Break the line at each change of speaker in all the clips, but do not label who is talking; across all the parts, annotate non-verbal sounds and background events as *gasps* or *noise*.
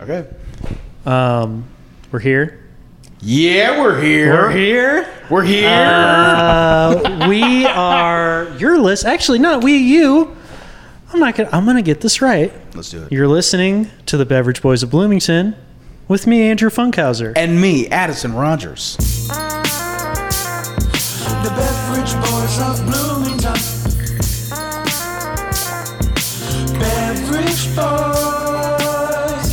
Okay.
Um, we're here.
Yeah, we're here.
We're here.
We're here.
Uh, we are your list. Actually, not we. You. I'm not gonna. I'm gonna get this right.
Let's do it.
You're listening to the Beverage Boys of Bloomington with me, Andrew Funkhauser.
and me, Addison Rogers.
The beverage boys of Bloomington. Beverage boys.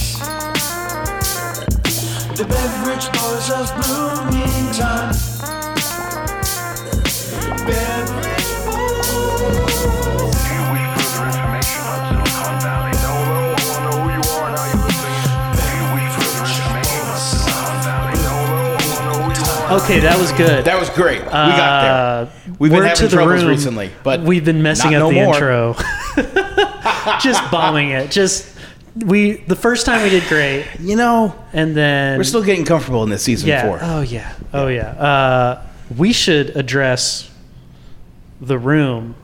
The beverage boys of Bloomington. Beverage boys.
If you wish further information on Silicon Valley, no, no, I wanna know who you are and how you listening. If you wish further information on Silicon Valley, no, no, I wanna know who you are.
Okay, that was good.
That was great. we got
Uh,
there. We've been
word
having
to the
troubles
room,
recently, but
we've been messing
not
up
no
the
more. *laughs*
intro. Just bombing it. Just we the first time we did great,
You know,
and then
we're still getting comfortable in this season
yeah.
four.
Oh yeah. Oh yeah. Uh, we should address the room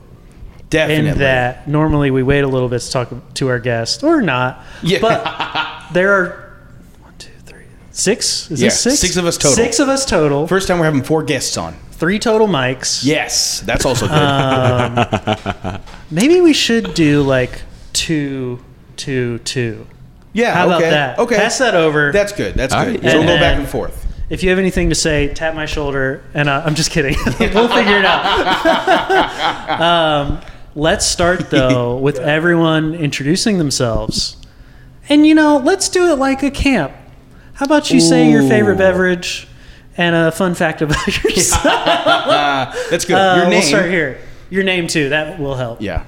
Definitely.
in that normally we wait a little bit to talk to our guest or not.
Yeah.
But there are one, two, three, six. Is
Yeah,
this six?
six of us total.
Six of us total.
*laughs* First time we're having four guests on.
three total mics.
Yes, that's also good.
Uh, Maybe we should do like two, two, two.
yeah.
How
okay.
about that?
Okay.
Pass that over.
That's good. That's
All
good.
right,
So
yeah.
we'll go
And
back
then-
and forth.
If you have anything to say, tap my shoulder, and uh, I'm just kidding. *laughs* we'll figure it out. *laughs* um, let's start
*laughs*
though with everyone introducing themselves, and you know, let's do it like a camp. How about you say your favorite
Ooh.
beverage and a fun fact about *laughs* yourself?
That's good. *laughs*
Uh,
Your name.
We'll start here. Your name too. That will help.
Yeah.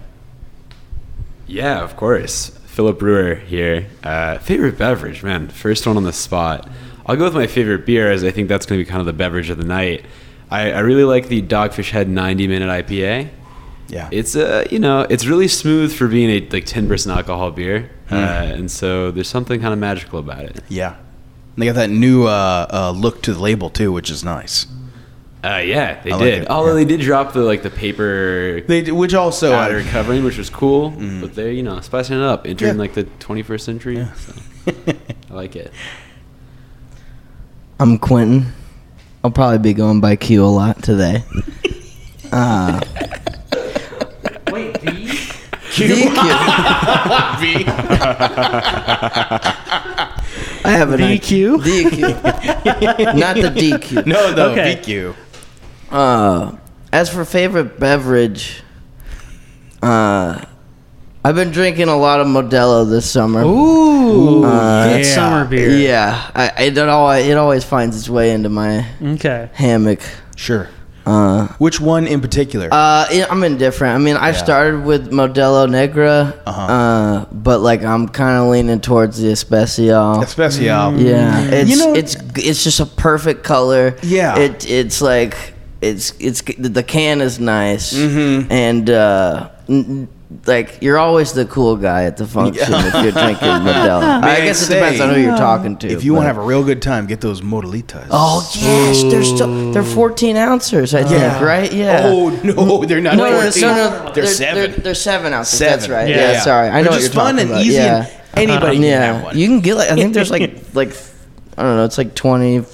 Yeah, of course. Philip Brewer here. Uh, favorite beverage, man. First one on the spot. I'll go with my favorite beer, as I think that's going to be kind of the beverage of the night. I, I really like the Dogfish Head 90 Minute IPA.
Yeah.
It's a you know it's really smooth for being a like 10 percent alcohol beer,
Hmm.
uh, and so there's something kind of magical about it.
yeah. And they got that new uh, uh, look to the label too, which is nice.
Uh, yeah, they
I like
did.
it,
Although
yeah.
they did drop the like the paper
They d- which also
outer covering, which was cool. But they're you know spicing it up, entering
Yeah.
like the 21st century. So I like it.
I'm Quentin. I'll probably be going by Q a
*laughs*
lot today. Uh,
Wait, the *laughs*
Thank you. I have an
DQ?
DQ. Not the DQ.
no no
Okay.
VQ.
Uh, as for favorite beverage, uh, I've been drinking a lot of Modelo this summer.
Ooh, good
Uh, yeah.
summer beer.
Yeah, I, it, always, it always finds its way into my
Okay.
hammock.
Sure.
Uh,
Which one in particular?
Uh, yeah, I'm indifferent. I mean, I started with Modelo Negra,
Uh-huh.
uh but like I'm kind of leaning towards the Especial.
Especially uh,
mm, yeah, it's
mm-hmm. know-
it's it's just a perfect color.
Yeah.
it it's like it's it's the can is nice,
Mm-hmm.
and uh, n- like you're always the cool guy at the function if you're drinking
*laughs*
Modelo. I
May
guess
say,
it depends on who you're talking to.
If you want to
but-
have a real good time, get those modelitas.
Oh yes, they're still they're 14 ounces, I think, right? Yeah.
Oh no, they're not.
No, no, no,
14.
no, no,
They're, seven.
They're, they're seven ounces.
Seven.
That's right.
Yeah.
Yeah,
Yeah.
sorry. I
They're
know what
just
you're
fun
talking
and
about.
easy
Yeah.
and *laughs* anybody can
yeah.
have one.
You can get like I think
*laughs*
there's like like I don't know. It's like twenty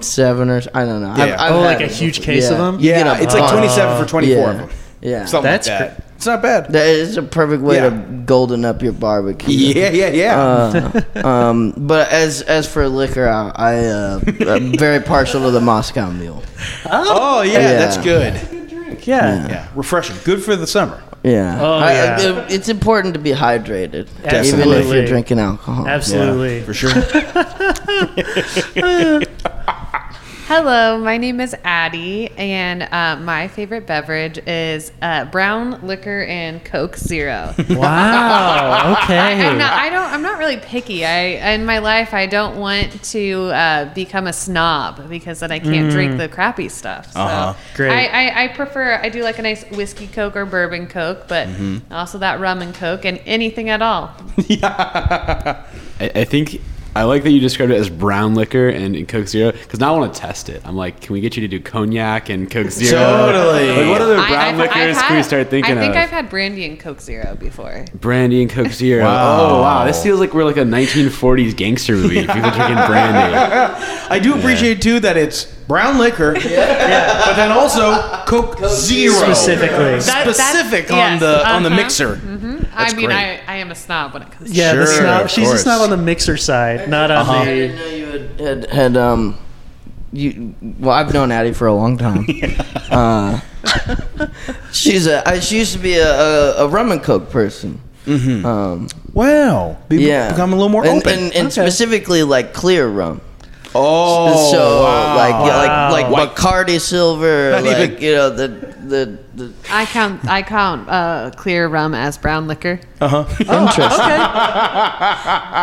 seven or s- I don't know. I've-
Yeah.
I've
Oh, like
had
a
it
huge
before.
case of
Yeah.
them?
You
yeah,
get a
it's like
bunch.
twenty-seven for twenty-four of
Yeah.
them.
Yeah.
Something
That's
like that.
cr-
it's not bad.
That is a perfect way
Yeah.
to golden up your barbecue.
*laughs* Yeah, yeah, yeah.
Uh, Um, but as as for liquor, I, I uh, am very partial to the Moscow Mule.
oh yeah,
yeah.
that's good.
Yeah.
Yeah, refreshing. Good for the summer.
Yeah.
Oh,
I- I-
yeah.
it's important to be hydrated, even if
Absolutely.
you're drinking alcohol.
Absolutely.
for sure.
Hello, my name is Addie, and uh, my favorite beverage is uh, brown liquor and Coke Zero.
*laughs*
Wow. Okay.
I'm not, I don't. I'm not really picky. I in my life, I don't want to uh, become a snob because then I can't
Mm.
drink the crappy stuff. So
Uh-huh.
Great.
I, I, I prefer. I do like a nice whiskey Coke or bourbon Coke, but
Mm-hmm.
also that rum and Coke and anything at all.
I, I think I like that you described it as brown liquor and, and Coke Zero because now I want to test it. I'm like, can we get you to do cognac and Coke Zero?
Totally.
Like, what other
I-
brown
I've-
liquors
I've
can we
had-
start thinking
I
of?
think I've had brandy and Coke Zero before.
brandy and Coke Zero.
Wow.
Oh wow, this feels like we're like a 1940s gangster movie. People drinking
*laughs*
brandy.
I do appreciate too that it's brown liquor, *laughs* but then also Coke, Zero
specifically.
That- that-
specific on
yes,
the on the
uh-huh.
mixer.
I mean,
great.
I, I am a snob when it comes to
Yeah, the
Sure,
snob,
of
she's just not
course. Uh-huh.
on the mixer side, not
Uh,
on
I
the.
didn't know you had, had, had um, you. Well, I've known Addie for a long
*laughs*
time. uh, she's a. I, she used to be a, a, a rum and coke person. Mm-hmm. Um,
Wow, Be-
yeah,
become a little more
and,
open.
and, and
Okay.
specifically like clear rum.
oh,
so uh,
wow.
like
Wow.
yeah, like like Bacardi Silver,
*laughs* Not
like
even-
you know the the. the
I count I count uh, clear rum as brown liquor.
Uh-huh.
Interesting.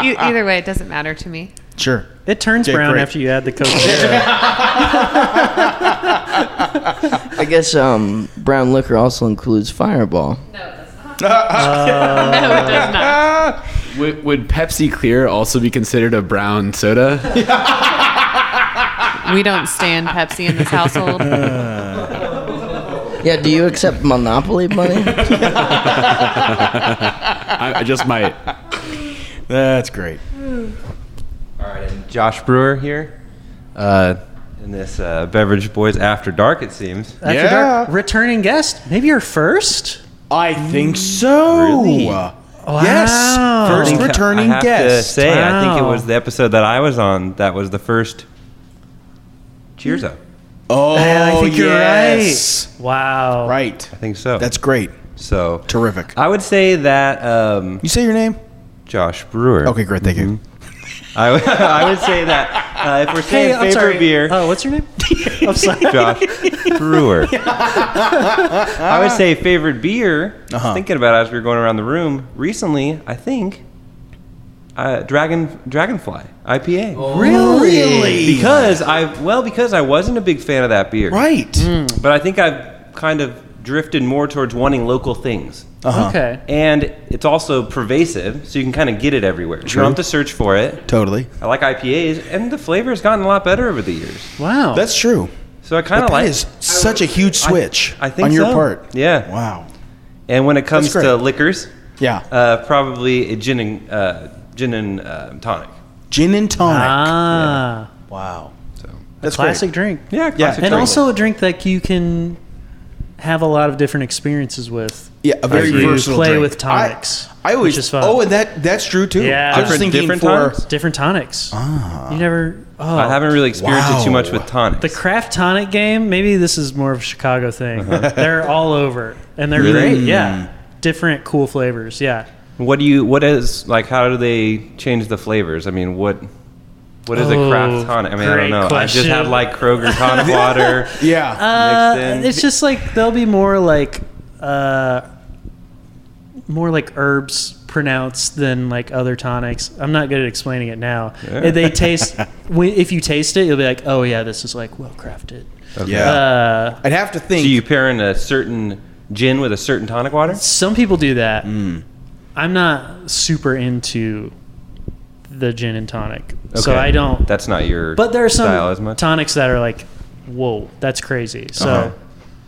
E- either way, it doesn't matter to me.
*laughs*
*laughs*
sure.
It turns
Okay,
brown
great.
after you
*laughs*
add the Coke Zero.
I guess um, brown liquor also includes Fireball.
No, it does not.
Would, would Pepsi Clear also be considered a brown soda? *laughs*
We don't stand Pepsi in
*laughs*
this household.
Yeah, do you accept Monopoly money?
*laughs*
I, I just might.
That's great.
All right, and Josh Brewer here uh, in this uh, Beverage Boys After Dark, it seems.
After dark, returning guest, maybe your first.
I
Mm.
think so.
Really?
Yes,
Wow.
first
I think
returning
I have
guest.
To say, I think it
Wow.
was the episode that I was on that was the first Cheers up.
oh,
I think
yes.
you're right. Wow.
Right.
I think so.
That's great.
so
Terrific.
I would say that um,
You say your name?
Josh Brewer.
Okay, great. Thank you.
Mm-hmm. I, w- I would *laughs* say that uh, if we're saying
Hey, I'm
favorite
sorry.
beer,
Oh,
*laughs*
what's your name? I'm sorry.
Josh Brewer. I would say favorite beer. I
Uh-huh.
was thinking about it as we were going around the room recently. I think uh, Dragon Dragonfly IPA.
Oh. Really?
Because I well because I wasn't a big fan of that beer.
Right.
Mm.
But I think I've kind of drifted more towards wanting local things.
Uh-huh.
Okay.
And it's also pervasive, so you can kind of get it everywhere. You
True.
don't have to search for it.
Totally.
I like IPAs, and the flavor's gotten a lot better over the years.
Wow.
That's true.
So I kind
But
of
that
like
is such a huge
I-
switch
I think
on your
so.
part.
Yeah.
Wow.
And when it comes
great.
to liquors,
Yeah.
uh, probably a gin and uh, gin and uh, tonic.
Gin and tonic.
ah,
Wow. So that's
classic
Great.
drink.
Yeah,
classic
and also a drink that you can have a lot of different experiences with.
Yeah, a very
agree.
versatile
Play
drink.
with tonics,
I, I always.
which is fun.
Oh, and that that's true too.
Yeah.
I was
Different-
thinking
different
for
tonics?
Different tonics. Ah. You never. Oh,
I haven't really experienced it too
Wow.
much with tonics.
The craft tonic game. Maybe this is more of a Chicago thing.
Uh-huh.
They're all over, and they're
Really?
great. Yeah, different cool flavors. Yeah.
what do you? What is like? How do they change the flavors? I mean, what? What is a
Oh,
craft tonic? I mean, I
great
don't know. I
question.
just had like
*laughs*
Kroger tonic water.
Yeah.
Uh,
in.
it's just like they'll be more like uh, more like herbs pronounced than like other tonics. I'm not good at explaining it now.
*laughs*
Yeah.
They taste when- if you taste it, you'll be like, oh yeah, this is like well crafted.
yeah.
Uh,
I'd have to think.
Do you pair in a certain gin with a certain tonic water?
some people do that.
Hmm.
I'm not super into the gin and tonic, so
Okay.
I don't.
That's not your.
but there are some
style as much.
tonics that are like, whoa, that's crazy. So.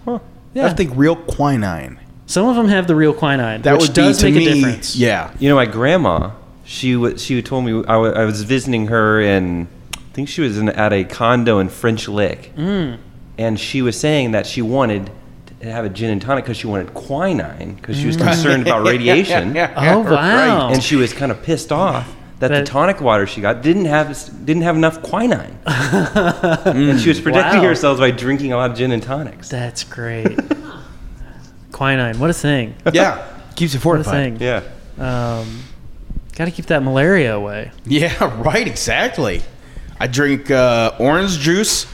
I
Yeah.
have to think real quinine.
Some of them have the real quinine,
That
which
would
does
be to
make
me.
a difference.
Yeah.
You know, my grandma, she wa she told me I wa- I was visiting her in, I think she was in, at a condo in French Lick,
Mm.
and she was saying that she wanted to have a gin and tonic because she wanted quinine because she was
Mm.
*laughs*
*laughs*
concerned about radiation,
Oh wow!
and she was kind of pissed off. That the
That-
tonic water she got didn't have s- didn't have enough
*laughs*
quinine, and she was protecting
Wow.
herself by drinking a lot of gin and tonics.
That's great. *laughs* quinine, what a thing! What
Yeah. Keeps it
a
fortified.
thing.
Yeah,
Um, Got to keep that malaria away.
Yeah. *laughs* Right. Exactly. I drink uh, orange juice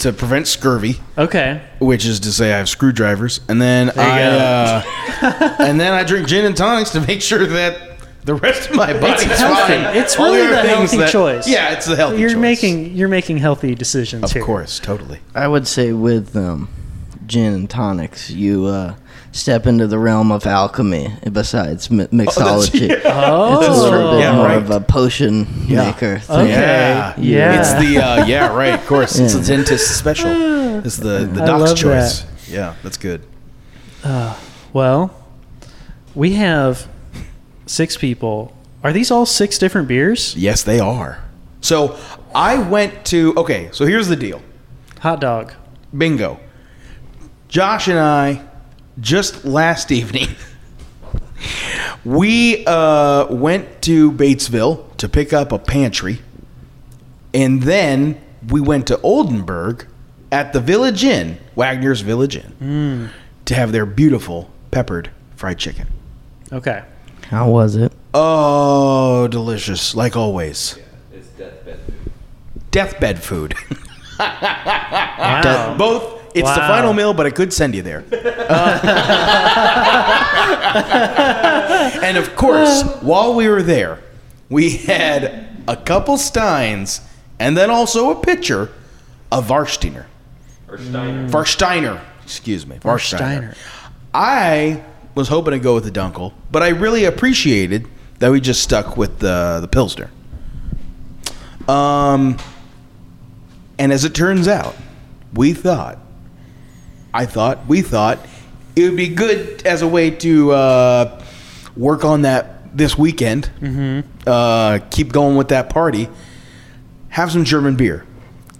to prevent scurvy,
Okay.
which is to say I have screwdrivers, and then I uh, and then I drink gin and tonics to make sure that the rest of my body's
healthy.
fine.
It's
All
really
other
the
things
healthy choice.
Yeah, it's the healthy
You're
choice.
making you're making healthy decisions
Of
here.
course, totally.
I would say with um, gin and tonics, you uh, step into the realm of alchemy besides mi-
*laughs*
mixology.
Oh,
It's sort of
Yeah,
more
right.
of a potion
Yeah. Uh,
maker thing.
Okay.
Yeah.
Yeah.
It's the uh, yeah, right. Of course, it's
Yeah.
the dentist special.
*gasps*
It's the the
I
doc's
love
choice.
that.
Yeah, that's good.
Well, we have six people. Are these all six different beers?
Yes, they are. So I went to okay. So here's the deal.
Hot dog.
Bingo. Josh and I just last evening *laughs* we uh, went to Batesville to pick up a pantry, and then we went to Oldenburg at the Village Inn, Wagner's Village Inn, to have their beautiful peppered fried chicken.
Okay.
How was it?
Oh, delicious, like always. it's deathbed food. *laughs* Deathbed food.
Wow.
Both. It's the
Wow.
final meal, but I could send you there. and of course, while we were there, we had a couple steins and then also a pitcher of Varsteiner. Varsteiner. Excuse me. Varsteiner.
Varsteiner.
I was hoping to go with the Dunkel, but I really appreciated that we just stuck with the, the Pilsner. Um, and as it turns out, we thought, I thought, we thought it would be good as a way to uh, work on that this weekend. Uh, keep going with that party. Have some German beer.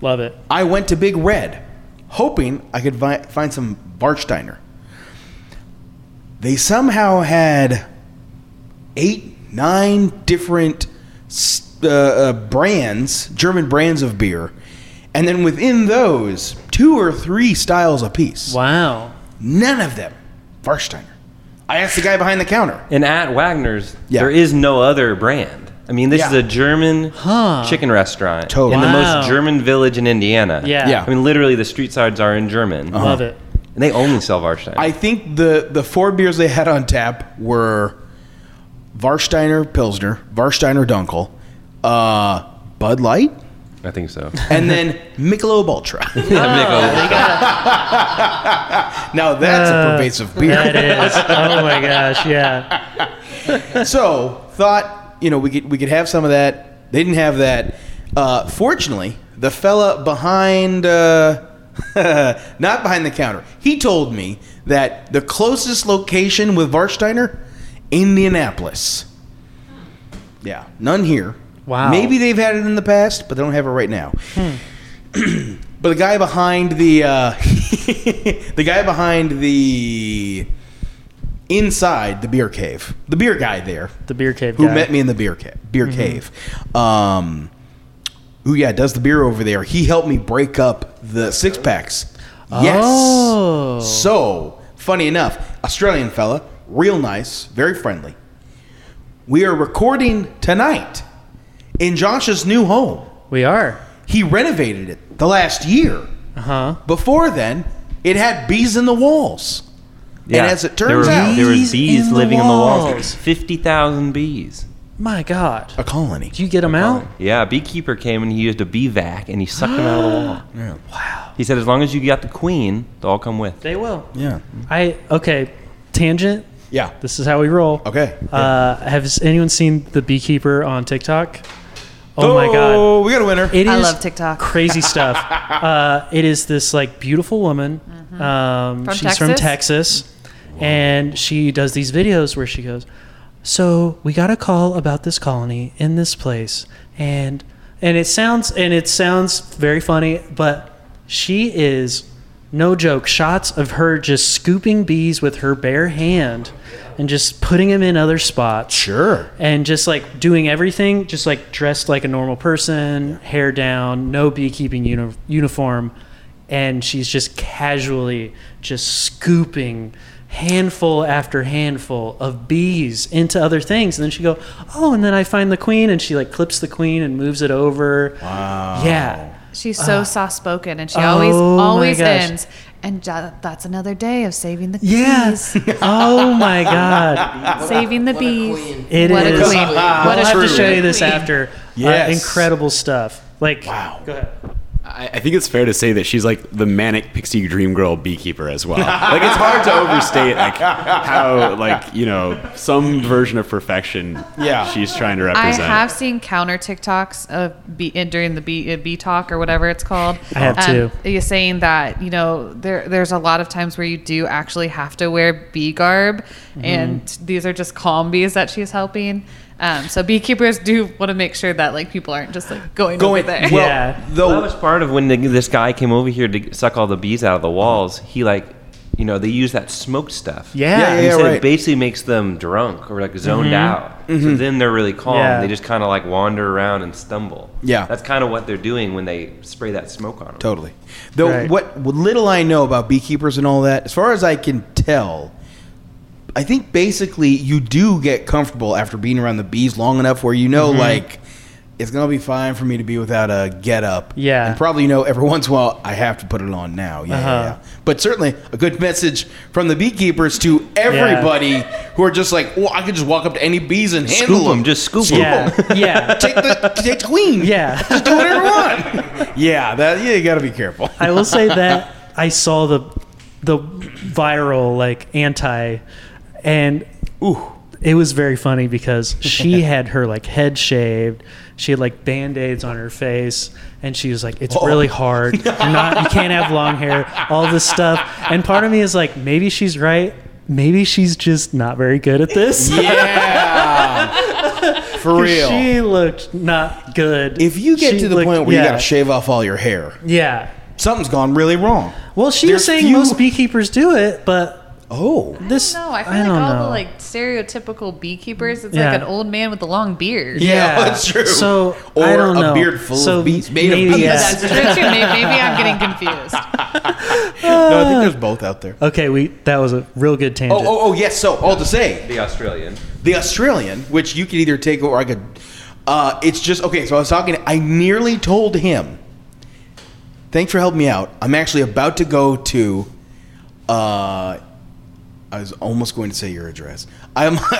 Love it.
I went to Big Red, hoping I could vi- find some Barsteiner. They somehow had eight, nine different s- uh, uh, brands, German brands of beer, and then within those, two or three styles apiece.
Wow.
None of them Barsteiner. I asked the guy behind the counter.
And at Wagner's,
Yeah.
there is no other brand. I mean, this
Yeah.
is a German
Huh.
chicken restaurant
Totally.
in the
Wow.
most German village in Indiana.
Yeah.
Yeah. Uh-huh.
I mean, literally, the street sides are in German,
Love it.
and they only sell Warstein.
I think the the four beers they had on tap were Varsteiner Pilsner, Varsteiner Dunkel, uh, Bud Light,
I
*laughs*
think so. *laughs*
*laughs* and then Michelob Ultra. *laughs*
Oh,
now that's a pervasive
That
beer.
is. Oh my gosh. Yeah.
so thought you know we could we could have some of that. They didn't have that. Uh, fortunately, the fella behind. Uh, *laughs* not behind the counter. He told me that the closest location with Varsteiner, Indianapolis. Yeah, none here.
Wow.
Maybe they've had it in the past, but they don't have it right now. but the guy behind the uh, *laughs* the guy behind the inside the beer cave, the beer guy there,
The beer cave
who
guy.
met me in the beer ca- beer
Mm-hmm.
cave. Um, who yeah does the beer over there? He helped me break up the six packs. Yes.
Oh.
So funny enough, Australian fella, real nice, very friendly. We are recording tonight in Josh's new home.
We are.
He renovated it the last year.
Uh
Uh-huh.
huh.
Before then, it had bees in the walls. And as it
there
turns
were,
out,
there were
Bees
bees
in the
living in the
walls.
walls. Fifty thousand bees.
My God.
a colony.
Do you get them out?
Yeah, a beekeeper came and he used a bee vac and he sucked them out of the
*gasps*
wall. Wow. He said, as long as you got the queen, they'll all come with.
They will.
Yeah.
I okay. Tangent.
Yeah.
This is how we roll.
Okay.
Uh, has anyone seen the beekeeper on TikTok? Oh, my God.
we got a winner.
It is
I love TikTok.
Crazy
*laughs*
stuff. uh, it is this like beautiful woman. Um,
Mm-hmm. From
she's from
Texas?
Texas, and she does these videos where she goes, "So we got a call about this colony in this place, and and it sounds and it sounds very funny, but she is." No joke, shots of her just scooping bees with her bare hand and just putting them in other spots
Sure.
and just like doing everything, just like dressed like a normal person, hair down, no beekeeping uni- uniform, and she's just casually just scooping handful after handful of bees into other things and then she go oh and then i find the queen and she like clips the queen and moves it over wow yeah
She's so soft spoken, and she always
Uh, oh my
always
gosh.
ends. And jo- that's another day of saving the
yeah
bees.
oh my
*laughs*
god
saving the bees.
It
what
is-
a queen! what
i'll
a
have to
true
show you this
queen.
after Uh,
Yes.
incredible stuff like
Wow.
go ahead
I, I think it's fair to say that she's like the manic pixie dream girl beekeeper as well. like it's hard to overstate like how like you know some version of perfection.
Yeah.
she's trying to
I
represent.
have seen counter TikToks of B, uh, during the B, uh, B talk or whatever it's called.
I have too.
You're saying that you know there there's a lot of times where you do actually have to wear bee garb,
Mm-hmm.
and these are just calm bees that she's helping. Um, so beekeepers do want to make sure that like people aren't just like going,
Going
over there.
well,
Yeah.
though.
Well, that was part of when the, this guy came over here to suck all the bees out of the walls. He like, you know, they use that smoked stuff.
Yeah.
And he
Yeah,
said
right. Mm-hmm.
it basically makes them drunk or like zoned out. So then they're really calm.
Yeah.
They just kind of like wander around and stumble.
Yeah.
That's kind of what they're doing when they spray that smoke on them.
Totally. Though
Right.
what, what little I know about beekeepers and all that, as far as I can tell, I think basically you do get comfortable after being around the bees long enough where you
Mm-hmm.
know like it's gonna be fine for me to be without a get up.
Yeah.
And probably you know every once in a while I have to put it on now. Yeah, yeah,
Uh-huh.
yeah. But certainly a good message from the beekeepers to everybody who are just like, oh, I could just walk up to any bees and handle
Scoop 'em,
them.
just scoop 'em.
Yeah. Yeah.
take the take the queen.
*laughs* Yeah.
Just do whatever you want. yeah, that yeah, you gotta be careful.
I will say that I saw the the viral like anti, and ooh, it was very funny because
*laughs*
she had her like head shaved. She had like band aids on her face, and she was like, "It's
Oh.
really hard. You're not. You can't have long hair. All this stuff." And part of me is like, maybe she's right. Maybe she's just not very good at this.
Yeah. For real.
She looked not good.
if you get
She
to the
looked-
point where
yeah,
you got to shave off all your hair,
yeah.
something's gone really wrong.
Well, she
There's
was saying
few-
most beekeepers do it, but
Oh.
this
No, I feel like
don't
all the
know.
like stereotypical beekeepers. It's
Yeah.
like an old man with a long beard.
Yeah, *laughs* that's true.
So
Or
I don't
a
know.
beard full of
so
bees- made of
maybe,
bees.
yes.
*laughs* That's true too. May- Maybe I'm getting confused.
No, I think there's both out there.
Okay, we that was a real good
Oh,
tangent.
oh, oh, yes. So, all to say,
The Australian.
the Australian, which you could either take or I could. Uh, it's just, okay, so I was talking, I nearly told him, thanks for helping me out. I'm actually about to go to, uh, I was almost going to say your address. I'm, *laughs*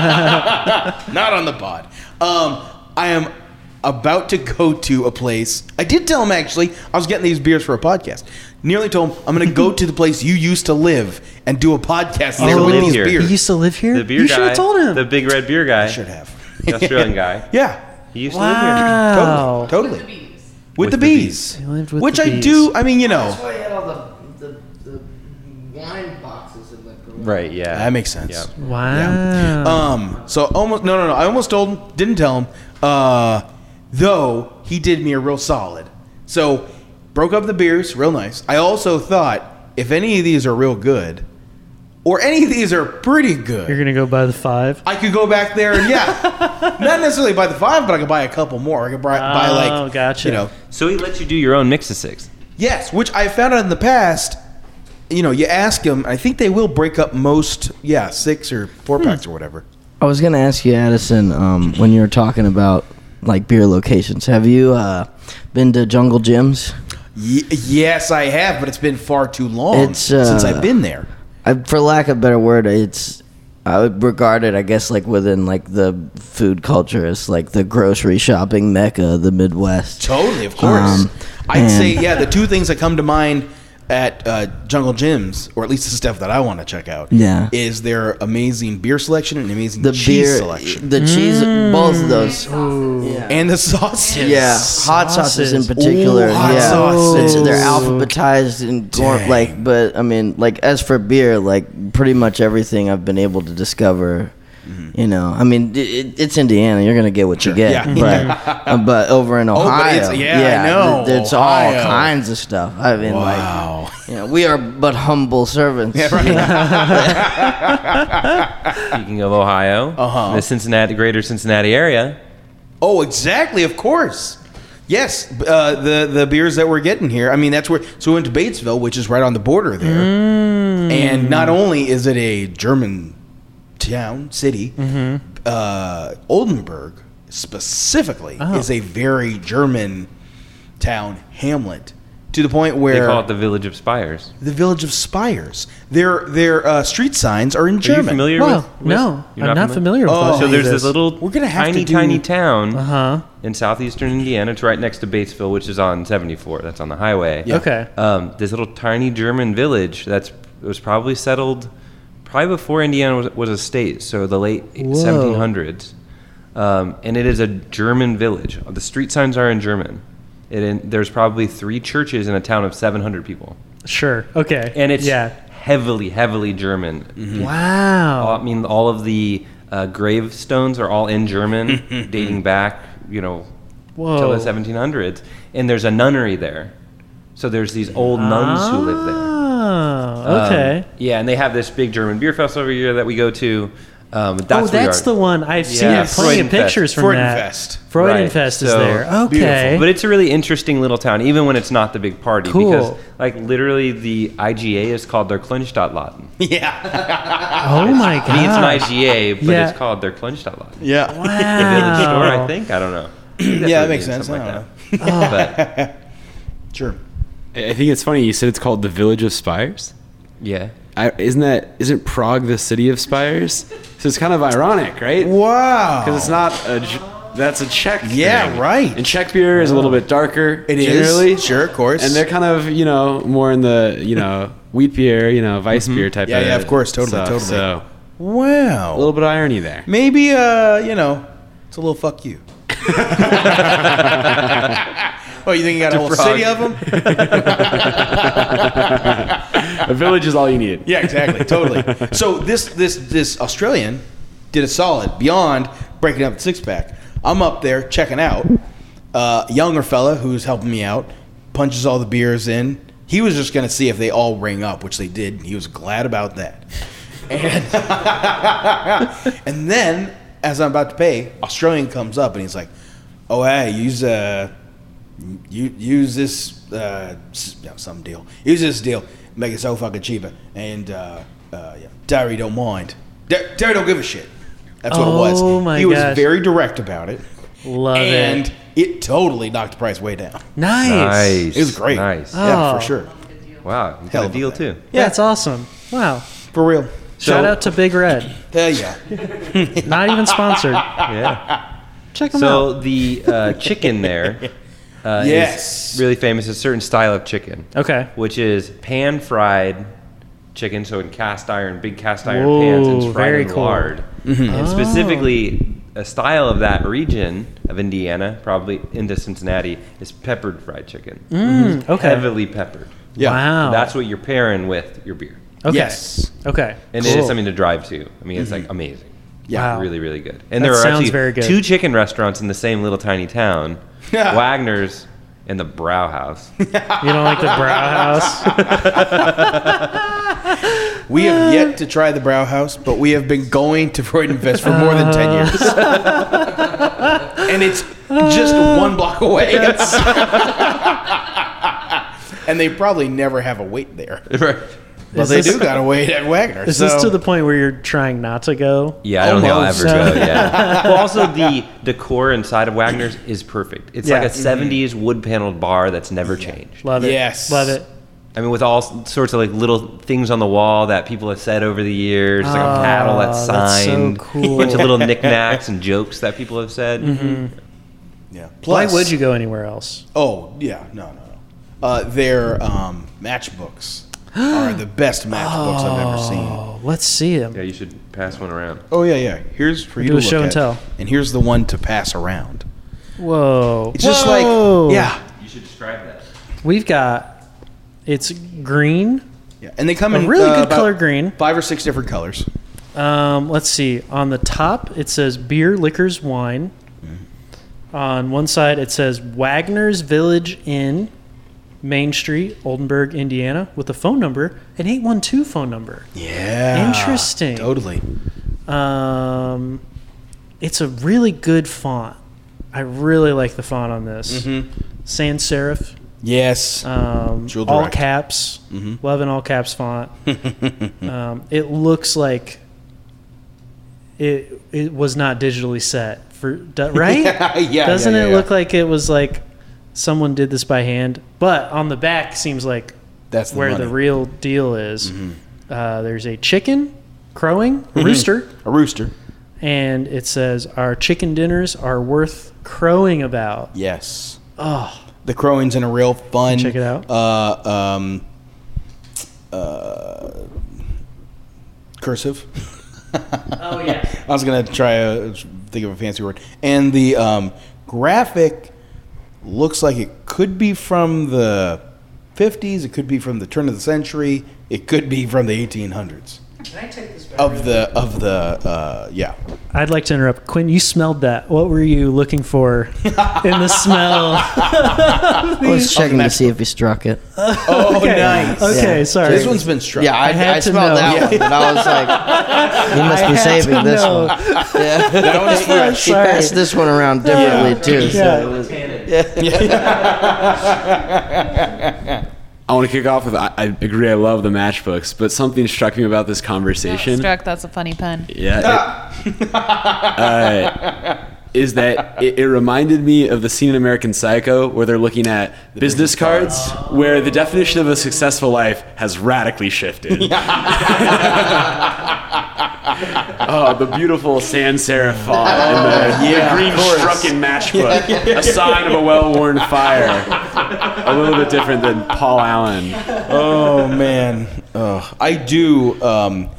not on the pod. Um, I am about to go to a place. I did tell him actually I was getting these beers for a podcast. Nearly told him I'm going to go to the place you used to live and do a podcast there
to
with
Oh, live
these
here.
You
beers.
used to live here.
The beer
you
guy.
should have told him.
The big red beer guy.
I *laughs* should have.
The Australian guy.
*laughs* yeah,
He used to live here.
wow.
totally,
The
totally.
bees.
With,
With
the
the
bees,
He Oh. lived with
which
the
I
bees.
do. I mean, you know,
That's why he had Oh, all the, the, the wine boxes in like garage.
Right, yeah.
that makes sense.
Yeah.
Wow.
Yeah. Um. So almost no no no. I almost told him. Didn't tell him. Uh. Though he did me a real solid. So broke up the beers. Real nice. I also thought if any of these are real good, or any of these are pretty good,
You're gonna go by the five.
I could go back there and
*laughs*
yeah, not necessarily buy the five, but I could buy a couple more. I could buy, buy
Oh,
like
gotcha.
you know
So he lets you do your own mix of six.
Yes, which I found out in the past. You know, you ask them. I think they will break up most. Yeah, six or four
Hmm.
packs or whatever.
I was gonna ask you, Addison, um, when you were talking about like beer locations, have you uh, been to Jungle Gyms?
Y- yes, I have, but it's been far too long
It's, uh,
since I've been there.
I, for lack of a better word, it's I would regard it, I guess, like within like the food culture as like the grocery shopping mecca of the Midwest.
Totally, of course.
Um,
I'd
and-
say yeah. The two things that come to mind at uh, Jungle Gyms, or at least the stuff that I want to check out,
Yeah.
is their amazing beer selection and amazing
the
cheese
beer,
selection
the cheese, both of those. Yeah.
and the sauces.
Yeah, hot sauces, in
Sauces.
particular.
Ooh, hot
yeah.
sauces.
It's- they're alphabetized and gor-
Dang.
like, but I mean, like as for beer, like pretty much everything I've been able to discover. You know, I mean, i- it, it's Indiana. You're gonna get what you get,
Mm-hmm. yeah. Mm-hmm. Oh,
but uh, but over
*laughs*
in
but
Ohio,
it's- yeah, I know,
th- it's
Ohio.
all kinds of stuff. I mean,
Wow.
like, you know, we are but humble servants.
Yeah,
*laughs*
right.
Speaking of Ohio,
Uh-huh.
the Cincinnati, greater Cincinnati area,
Oh, exactly. Of course. Yes, b- uh, the the beers that we're getting here. I mean, that's where. So we went to Batesville, which is right on the border there.
Mm.
And not only is it a German town city,
Mm-hmm.
uh, Oldenburg
Oh.
specifically is a very German town hamlet to the point where
They call it the Village of Spires.
the village of spires. Their their uh, street signs are in
Are you
German.
familiar
Wow,
with? with-
no,
you're
I'm not familiar, with
Oh,
So
that.
there's
Jesus.
this little
We're gonna have to
tiny,
do-
tiny town
Uh-huh.
in southeastern Indiana. It's right next to Batesville, which is on 74. That's on the highway.
Okay.
Um, this little tiny German village that's was probably settled probably before Indiana was, was a state, so the late
Whoa.
1700s. Um, and it is a German village. The street signs are in German. It in, there's probably three churches in a town of 700 people,
Sure. Okay.
and it's Mhm.
yeah.
heavily, heavily German.
Wow.
All- I mean, all of the uh, gravestones are all in German, dating back, you know, till
Whoa.
the 1700s. And there's a nunnery there. So there's these old nuns who live there.
Oh,
Um,
okay.
yeah, and they have this big German beer fest every year that we go to. Um, that's
oh, that's the
where we are.
one I've seen
Yeah,
plenty of
Freudenfest.
pictures from that.
Freudenfest.
Freudenfest
Right,
is
so-
there. Okay.
Beautiful.
But it's a really interesting little town, even when it's not the big party.
Cool.
Because, like, literally, the IGA is called their Klunstadtladen.
*laughs* Yeah,
oh my
I mean, it's an
god.
IGA, but
Yeah.
it's called their Klunstadtladen.
yeah,
Village store,
Wow.
I think. I don't know.
yeah. That makes sense. I don't
Like
*laughs*
that. but,
know. Sure.
I I think it's funny. You said it's called the Village of Spires.
yeah.
I, isn't that isn't Prague the city of spires? So it's kind of ironic, right?
*laughs*
Wow.
Because it's not a. G- That's a Czech.
Oh. Yeah,
thing.
right.
And Czech beer is a little bit darker.
It is,
generally.
sure, of course.
And they're kind of you know more in the
*laughs*
you know wheat beer, you know vice beer type.
Mm-hmm. Yeah,
of
yeah, of course, totally,
stuff.
totally.
So a
wow.
little bit of irony there.
*laughs* Maybe uh, you know, it's a little fuck you. *laughs* oh, you think you got a whole city of them?
a village is all you need.
Yeah, exactly, totally. So this this this Australian did a solid beyond breaking up the six pack. I'm up there checking out. Uh, younger fella who's helping me out punches all the beers in. He was just gonna see if they all ring up, which they did. and He was glad about that. And and then as I'm about to pay, Australian comes up and he's like, "Oh hey, use uh, you use this uh, s- no, some deal. Use this deal. Make it so fucking cheaper. And uh, uh, yeah, Derry don't mind. Der- Derry don't give a shit. That's what it was.
Oh my
he was
gosh.
very direct about it,
Love
and
it.
it. totally knocked the price way down.
Nice.
Nice.
It was great.
Nice.
Yeah,
Oh.
for sure.
Wow. You
Hell
got a
of a
deal,
thing.
too.
Yeah, it's awesome. Wow.
For real.
Shout out to Big Red.
Hell
*laughs*
yeah.
Not even sponsored.
*laughs* Yeah.
Check them
so
out.
the uh,
*laughs*
chicken there uh, is
Yes.
really famous. A certain style of chicken,
Okay.
which is pan fried chicken, so in cast iron, big cast iron pans, and it's
Whoa,
fried
very
in
cool. Oh.
lard.
Mm-hmm.
And specifically, a style of that region of Indiana, probably into Cincinnati, is peppered fried chicken.
Mm, okay.
Heavily peppered.
Yeah.
Wow.
That's what you're pairing with your beer,
okay.
Yes.
Okay.
and it is
Cool.
something to drive to. I mean, it's like amazing.
Yeah.
Wow.
Really, really good. And
That
there are
sounds
actually
very good.
two chicken restaurants in the same little tiny town Wagner's and the Brow House.
You don't like the Brow
*laughs*
House?
We have
Uh.
yet to try the Brow House, but we have been going to Freudenfest for more than 10
*laughs*
years. and it's just one block
Uh.
away. *laughs* and they probably never have a wait there.
right.
But
Is
they
this-
do got a wait at Wagner.
Is this to the point where you're trying not to go?
Yeah, I don't think I'll ever
Almost.
go. *laughs* Yeah. well, also, the decor inside of Wagner's is perfect. It's like
Yeah.
a 70s wood paneled bar that's never changed.
Love it.
Yes.
Love it.
I mean, with all s- sorts of like little things on the wall that people have said over the years, like a paddle that's
Oh, that's so
signed, *laughs*
cool.
a bunch of little knickknacks and jokes that people have said.
Yeah.
Why would you go anywhere else?
Oh, yeah. No, no, no. Uh, their um, matchbooks are the best matchbooks I've ever seen.
Oh, let's see them.
Yeah, you should pass one around.
Oh, yeah, yeah. Here's for you
do
to
a show
look
and
at,
tell.
And here's the one to pass around.
Whoa.
It's just
Whoa.
like, yeah.
You should describe that.
We've got it's green.
Yeah, and they come
A
in uh,
really good
about
color green.
five or six different colors.
Um, let's see. On the top, it says beer, liquors, wine. On one side, it says Wagner's Village Inn, Main Street, Oldenburg, Indiana, with a phone number, an 812 phone number.
Yeah,
Interesting.
Totally.
Um, it's a really good font. I really like the font on this. Sans serif,
Yes.
um,
Jewel
all
Direct.
caps, love an all caps font. um, it looks like it
*laughs*
it was not digitally set for do- right.
*laughs* yeah.
Doesn't
yeah,
it
yeah.
look like it was like someone did this by hand, but on the back seems like
That's the
where the
money. Mm-hmm.
real deal is. Uh, there's a chicken crowing, a rooster,
a rooster.
and it says, Our chicken dinners are worth crowing about.
Yes.
Oh,
The crowing's in a real fun.
Check it out.
Uh, um, uh, cursive.
oh yeah.
*laughs* I was gonna try a think of a fancy word, and the um, graphic looks like it could be from the 50s. It could be from the turn of the century. It could be from the 1800s.
Can I take this back?
Of the of the uh, yeah.
I'd like to interrupt. Quinn, you smelled that. What were you looking for in
*laughs*
the smell?
I was checking to see if he struck it.
Oh,
Okay.
nice.
Okay,
Yeah.
sorry.
This one's been struck.
Yeah, I,
I had
I
to
smelled
know.
that
Yeah.
one, but I was like, he must
I
be
had to
saving this
know.
one. Yeah.
*laughs* that one is
*laughs*
fresh.
He
Sorry.
passed this one around differently too. so-
Yeah.
I want to kick off with I, I agree. I love the matchbooks, but something struck me about this conversation.
Struck. That's a funny pun.
Yeah.
*laughs*
it- uh, is that it, it reminded me of the scene in American Psycho where they're looking at business cards, where the definition of a successful life has radically shifted. *laughs* oh, the beautiful sans serif font and the,
Yeah,
the green
of course.
strucken
*laughs*
matchbook, a sign of a well worn fire. A little bit different than Paul Allen.
Oh man, Ugh. I do. Um,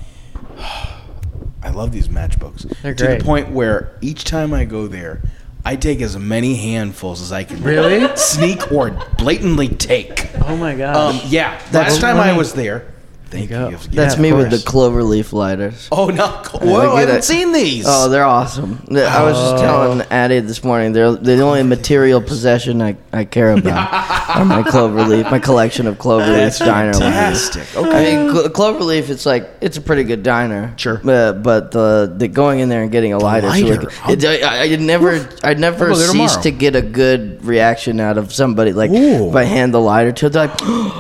I love these matchbooks
They're
to
great.
the point where each time I go there, I take as many handfuls as I can
Really?
sneak or blatantly take.
Oh my god.
Um, yeah, last time I was there. Thank
go.
you.
That's
Yeah,
me
of
with the
course.
cloverleaf lighters.
Oh no! Whoa! I
get
haven't
it.
seen these.
Oh, they're awesome. Th- I was just
Oh.
telling Addie this morning, they're, they're the only material possession I, I care about
*laughs*
are my cloverleaf, my collection of cloverleaf diner lighters.
fantastic.
I mean, cl- Cloverleaf, it's like it's a pretty good diner.
Sure.
but but the, the going in there and getting a lighter, so
lighter,
it- it- I, I never I
I'll
never
go there
cease
tomorrow.
to get a good reaction out of somebody. Like
Ooh.
if I hand the lighter to, them, they're like,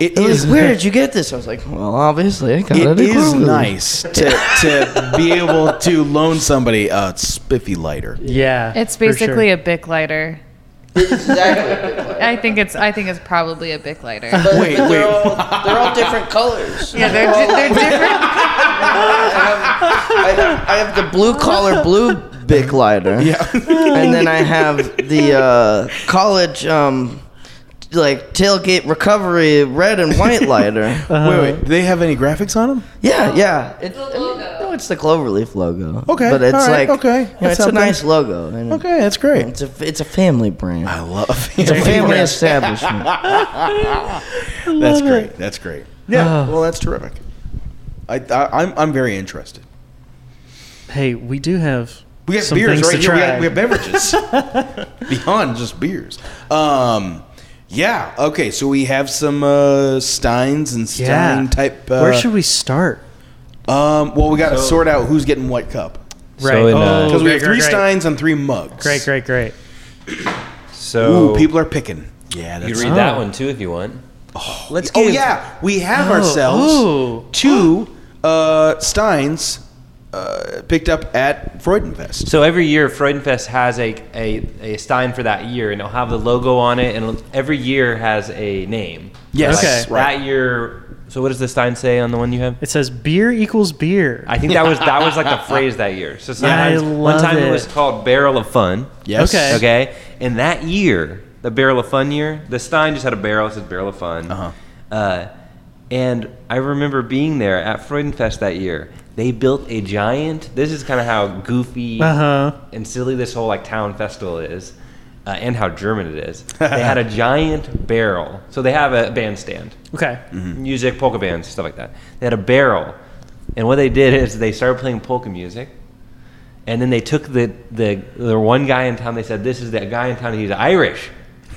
it
they're
is
like, "Where did you get this?" I was like, "Well, obviously, I
*laughs*
got it."
It
at
is
Cloverleaf."
nice to, to be able to loan somebody a spiffy lighter.
yeah.
*laughs* It's
for sure.
basically a bic lighter.
Exactly.
I think it's. I think it's probably a
*laughs*
bic lighter.
But,
Wait,
but
wait.
They're all, they're all different colors.
Yeah, they're, di-
*laughs*
they're different.
I have, I have the blue collar blue bic lighter. Yeah. and then I have the uh, college um, like tailgate recovery red and white lighter.
*laughs* wait, wait. Do they have any graphics on them?
Yeah, yeah. It's, the No, it's the cloverleaf logo.
Okay,
But it's
all right,
like
okay,
you know,
that's
it's
something.
a nice logo. And
Okay, that's great.
It's a it's a family brand.
I love
It's a family establishment.
That's great. That's great. Yeah.
Ah.
Well, that's terrific. I, I I'm I'm very interested.
Hey, we do have
We got
some
beers
things
right
to
here. We got,
try.
we got beverages *laughs* beyond just beers. Um, yeah. Okay. So we have some uh, Steins and Stein
yeah.
type. Uh,
Where should we start?
Um, well, we got to sort out who's getting what cup
Right.
in, uh,
oh,
because we
great,
have three
great, great.
Steins and three mugs.
Great, great, great.
So
Ooh, people are picking. Yeah.
You
That's
can read that one too if you want.
Let's oh yeah, we have
Oh,
ourselves
ooh.
two uh, Steins uh, picked up at Freudenfest.
So every year, Freudenfest has a, a, a Stein for that year, and it'll have the logo on it, and it'll- every year has a name.
Yes,
Okay.
right.
That year, so what does the Stein say on the one you have?
It says beer equals beer.
I think that was that was like the phrase that year. *laughs* So
I
sometimes one
love
time it.
it.
was called Barrel of Fun.
Yes.
Okay.
Okay. And that year, the Barrel of Fun year, the Stein just had a barrel. It says Barrel of Fun.
Uh-huh.
Uh, and I remember being there at Freudenfest that year. They built a giant. This is kind of how goofy
Uh-huh.
and silly this whole like town festival is, uh, and how German it is. *laughs* They had a giant barrel. So they have a bandstand
okay.
Mm-hmm.
music, polka bands, stuff like that. They had a barrel, and what they did is they started playing polka music, and then they took the the the one guy in town. They said, "This is that guy in town. He's Irish."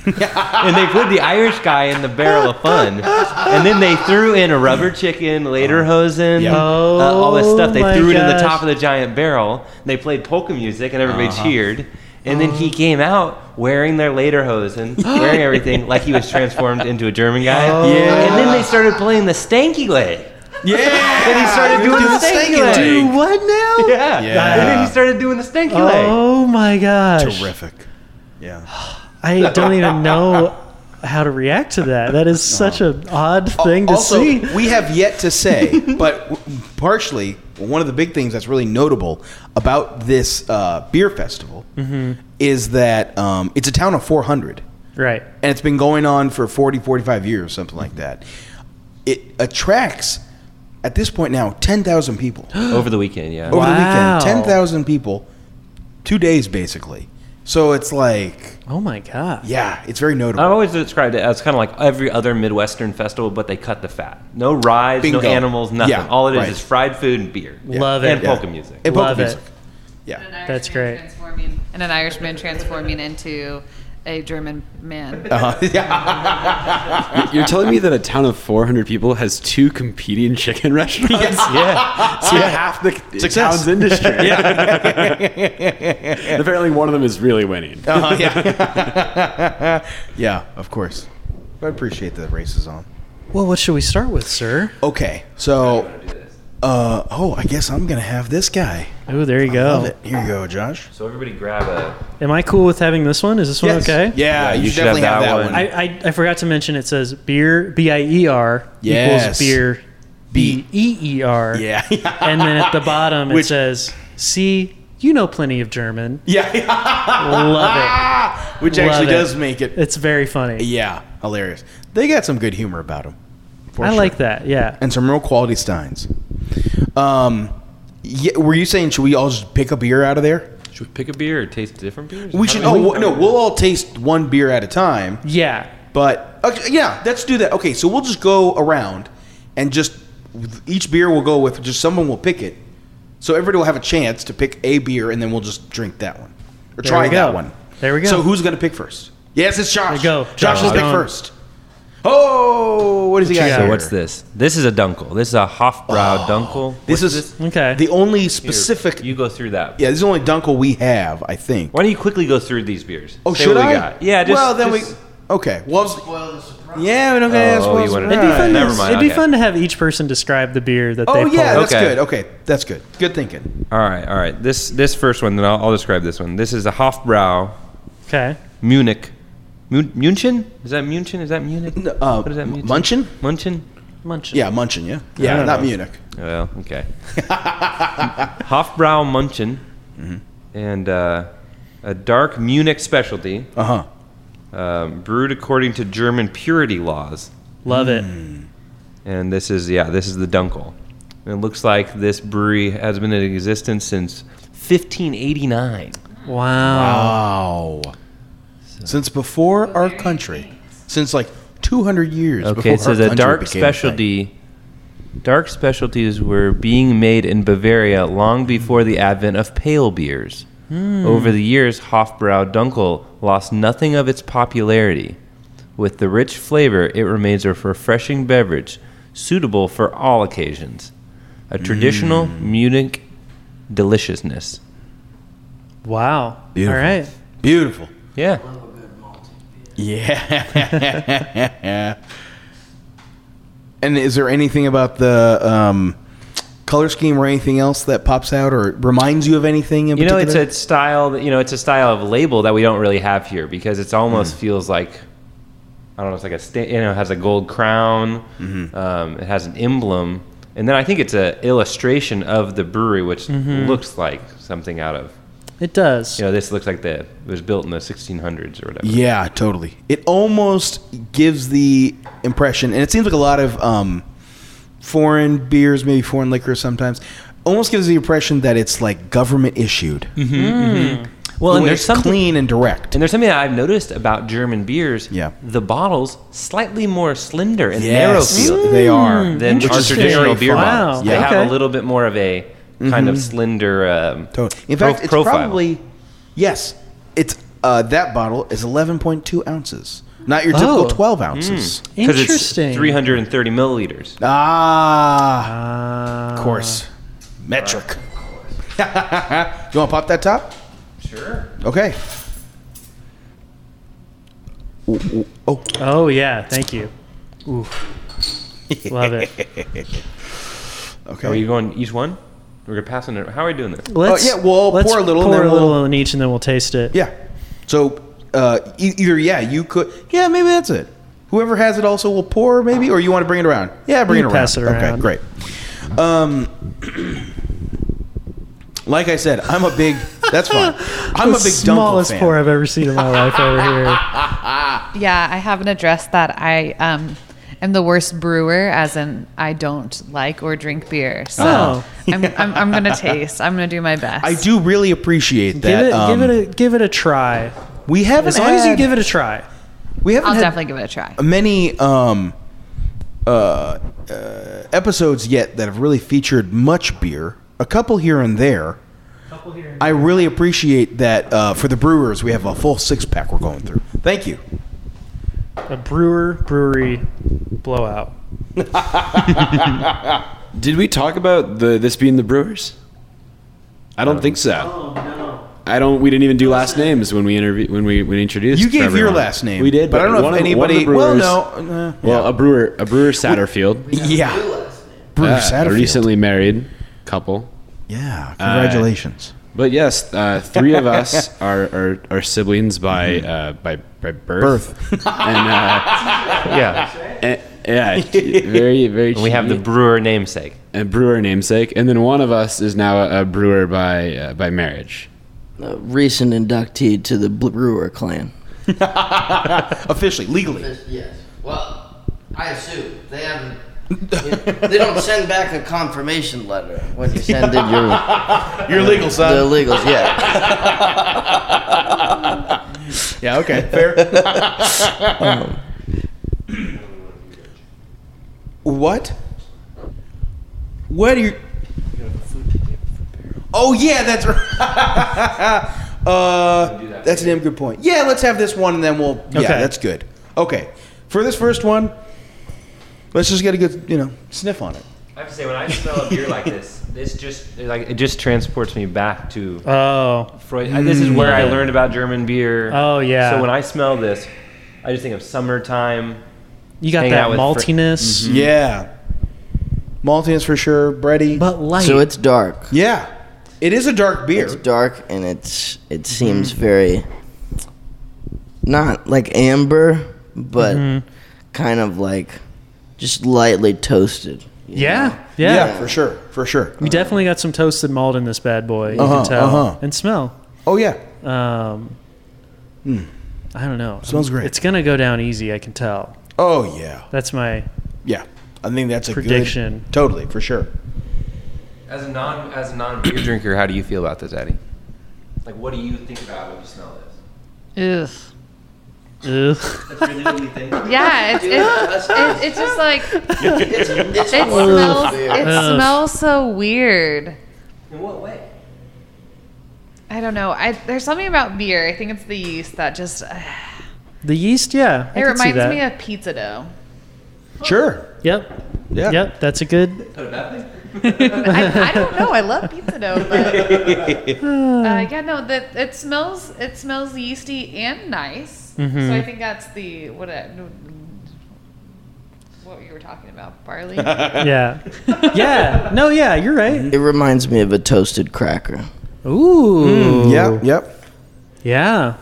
and they put the Irish guy in the barrel of fun, and then they threw in a rubber chicken, lederhosen,
Yeah.
uh, all this stuff. They
Oh my
threw it in the
gosh.
top of the giant barrel. They played polka music, and everybody cheered. And then he came out wearing their lederhosen, wearing everything like he was transformed into a German guy.
Yeah.
And then they started playing the stanky leg.
Yeah.
And he started doing the stanky leg.
Do what now?
Yeah.
Yeah.
And then he started doing the stanky leg.
Oh my gosh.
Terrific. Yeah.
I don't even know how to react to that.
*laughs*
That is such an odd thing to
also, *laughs*
see.
we have yet to
*laughs*
say, but w- partially one of the big things that's really notable about this uh, beer festival
Mm-hmm.
is that um, it's a town of 400,
Right.
and it's been going on for 40, 45 years, something like that. It attracts, at this point now, 10,000
*gasps*
people
over the weekend. Yeah,
over
Wow.
the weekend. 10,000 people, two days basically. So it's like,
Oh my god.
yeah, it's very notable.
I've always described it as kind of like every other Midwestern festival, but they cut the fat. No rides,
Bingo.
no animals, nothing.
Yeah,
All it is
right.
is fried food and beer.
Love
and
it.
polka music.
And polka
Love it.
music. Yeah.
an Irishman
That's great.
Transforming, and an Irishman transforming into a German man.
Uh-huh. yeah.
You're telling me that a town of 400 people has two competing chicken *laughs* restaurants? Yeah. So half the
*laughs*
town's industry. yeah. *laughs* Apparently, one of them is really winning.
Uh-huh, yeah. *laughs* yeah, of course. I appreciate the racism.
Well, what should we start with, sir?
Okay, so, uh, oh, I guess I'm gonna have this guy.
Oh, there you
Love
go.
it. Here you go, Josh.
So everybody grab a.
Am I cool with having this one? Is this one
Yes.
okay?
Yeah, you,
you
should
should have
definitely have that,
that
one.
one.
I, I, I forgot to mention it says beer B I E R
Yes.
equals beer
B.
B E E R.
*laughs* yeah,
And then at the bottom
Which-
it says see you know plenty of German.
*laughs* yeah,
Love
which
Love
actually
it.
does make
it.
it.
It's very funny.
Yeah, hilarious. They got some good humor about them.
I like that. Yeah.
and some real quality steins. Um, yeah, were you saying should we all just pick a beer out of there?
Should we pick a beer or taste different beers?
We should. Oh no, we'll all taste one beer at a time.
Yeah.
But okay, yeah, let's do that. Okay, so we'll just go around and just each beer we'll go with just someone will pick it. So everybody will have a chance to pick a beer and then we'll just drink that one or try
we go.
that one.
There we go.
So who's going to pick first? Yes, it's Josh.
There you go.
Josh
Josh
will pick
Stone.
first. Oh, what does he got?
got?
here?
So what's this? This is a dunkel. This is a Hofbrau dunkel.
Oh, This
What's
is
Okay.
the only
Here,
specific.
You go through that.
yeah, this is the only Dunkel we have, I think.
Why don't you quickly go through these beers?
Oh,
Say
should
what
I?
We got. Yeah. Just,
well, then
just-
we. Okay. Well,
Spoil the surprise.
yeah, we don't gotta
Oh,
ask. Well,
you wanted-
It'd be,
Alright,
fun,
never
to,
mind,
it'd be
okay.
fun to have each person describe the beer that they
Oh
pulled.
yeah, that's
Okay.
good. Okay, that's good. Good thinking.
All right. All right. This this first one. Then I'll, I'll describe this one. This is a Hofbrau
Okay.
Munich. Mun- München? Is that München? Is that Munich?
No, uh,
what is that München?
Munchen?
Munchen?
Munch.
Yeah, Munchen. Yeah, yeah,
don't
not
know.
Munich.
Well, Oh, okay. Hofbrau Munchen and uh, a dark Munich specialty
Uh huh.
um, brewed according to German purity laws.
Love it.
Hmm.
And this is, yeah, this is the Dunkel. And it looks like this brewery has been in existence since 1589.
Wow.
Wow. Since before our country, since like 200 years.
Okay,
before
so
our
the
country
dark
became a thing.
specialty, dark specialties were being made in Bavaria long before the advent of pale beers.
Hmm.
Over the years, Hofbrau Dunkel lost nothing of its popularity. With the rich flavor, it remains a refreshing beverage suitable for all occasions. A traditional
Hmm.
Munich deliciousness.
Wow.
Beautiful.
All right.
Beautiful.
Yeah.
Yeah. *laughs* and is there anything about the um, color scheme or anything else that pops out or reminds you of anything in
You know,
particular?
it's a style. that- You know, it's a style of label that we don't really have here because it's
Hmm.
almost feels like I don't know. It's like a sta- you know, it has a gold crown.
Mm-hmm.
Um, it has an emblem, and then I think it's a illustration of the brewery, which
Mm-hmm.
looks like something out of
It does.
you know. This looks like the it was built in the 1600s or whatever.
Yeah, totally. It almost gives the impression, and it seems like a lot of um, foreign beers, maybe foreign liquor sometimes, almost gives the impression that it's like government issued.
Mm-hmm. Well,
When
and there's
it's
something.
clean and direct.
And there's something that I've noticed about German beers.
Yeah.
The bottles slightly more slender and
Yes, Mm.
narrow feel.
they are.
than
Which
our
is
traditional
very
beer
fun. Yeah.
bottles. Mm, They have
Okay.
a little bit more of a kind of slender. Um,
Totally. In
pro-
fact, it's probably yes. It's uh, that bottle is 11.2 ounces, not your typical
Oh.
12 ounces.
'Cause it's
Interesting.
330 milliliters.
Ah,
Uh,
of course, metric. *laughs* you want to pop that top?
Sure.
Okay. Ooh, ooh, Oh,
Oh yeah. Thank you. Ooh.
*laughs*
Love it.
okay.
Are you going each one? We're gonna pass on it. How are we doing this?
Let's,
Oh, yeah, we'll
let's
pour a little and
Pour
then
a little
we'll-
in each, and then we'll taste it.
yeah. So uh, e- either yeah, you could yeah, maybe that's it. Whoever has it also will pour maybe, or you want to bring it around? Yeah, bring
You
it
pass
around.
it around.
Okay, great. Um, *clears throat* like I said, I'm a big. That's fine. I'm a
the
big Dunkel
*laughs* smallest
fan.
pour I've ever seen
*laughs*
in my life over here.
Yeah, I haven't addressed that. I um, am the worst brewer, as in I don't like or drink beer. So
Oh.
I'm, I'm, I'm going to taste. I'm going to do my best.
I do really appreciate
Give
that.
it,
um,
give it, a, give it a try.
we haven't
As long as you
had-
give it a try.
we haven't
I'll
had
definitely give it a try.
many um, uh, uh, episodes yet that have really featured much beer. A couple here and there. I really appreciate that uh, for the brewers. We have a full six pack we're going through. Thank you.
A brewer brewery blowout.
Did we talk about the this being the Brewers? I don't think so. I don't. We didn't even do last names when we interview when we when we introduced.
You gave
everyone.
your last name,
We did,
but I don't know
one
if
of- one of the
anybody. Well,
Brewers-
no, uh,
Well, a brewer, a brewer Satterfield,
yeah, Brewer
Uh, a
Satterfield.
recently married couple.
Yeah, congratulations.
But yes, uh, three of us are, are, are siblings by
Mm-hmm.
uh, by by birth. Birth. *laughs* and, uh,
Yeah.
eh, yeah,
*laughs*
very very.
And we have the brewer namesake.
a brewer namesake, and then one of us is now a, a brewer by uh, by marriage.
A recent inductee to the Brewer clan.
Uh,
Officially, legally.
Yes. Well, I assume they haven't. they don't send back a confirmation letter when you send in *laughs* your
You're legal, son.
the illegals. Yeah.
yeah, okay, fair. Um, what? What are you? Oh yeah, that's right. *laughs* uh, that's a damn good point. Yeah, let's have this one, and then we'll. Yeah,
Okay.
that's good. Okay, for this first one, let's just get a good, you know, sniff on it.
I have to say, when I smell a beer like this, this just like it just transports me back to
Oh,
Freud. Mm. I- uh, This is where I learned about German beer.
Oh, yeah.
So when I smell this, I just think of summertime.
you got
Hang
that
out with fr-
maltiness,
Mm-hmm. Yeah, maltiness for sure, bready.
but light.
So it's dark.
yeah, it is a dark beer.
It's dark and it's it seems very not like amber, but kind of like just lightly toasted. you know?
yeah,
yeah.
yeah,
for sure, for sure.
We definitely got some toasted malt in this bad boy. You
Uh-huh,
can tell
uh-huh.
and smell.
Oh yeah,
Um, I don't know.
Hmm. Smells great.
It's gonna go down easy. I can tell.
oh yeah.
That's my
Yeah, I think that's a good-
Prediction.
totally, for sure.
As a non as a non beer drinker, how do you feel about this, Eddie? Like, what do you think about when you smell this?
Ugh.
ugh.
Yeah, it's, it's, it's, it's just like,
It's, it's
it
one of those
smells, it
beers.
Ugh.
smells so weird.
In what way?
I don't know. I, there's something about beer. I think it's the yeast that just, uh,
the yeast. Yeah, I
it
can see
reminds
that.
me of pizza dough.
Sure.
Yep.
Yeah.
Yep. That's a good.
I, I don't know. I love pizza dough,
*laughs*
but uh, yeah, no, that it smells. It smells yeasty and nice. So
Mm-hmm.
I think that's the what I, what you were talking about, barley.
yeah. Yeah. No. Yeah. You're right.
It reminds me of a toasted cracker.
Ooh.
Yep. Yep.
Yeah.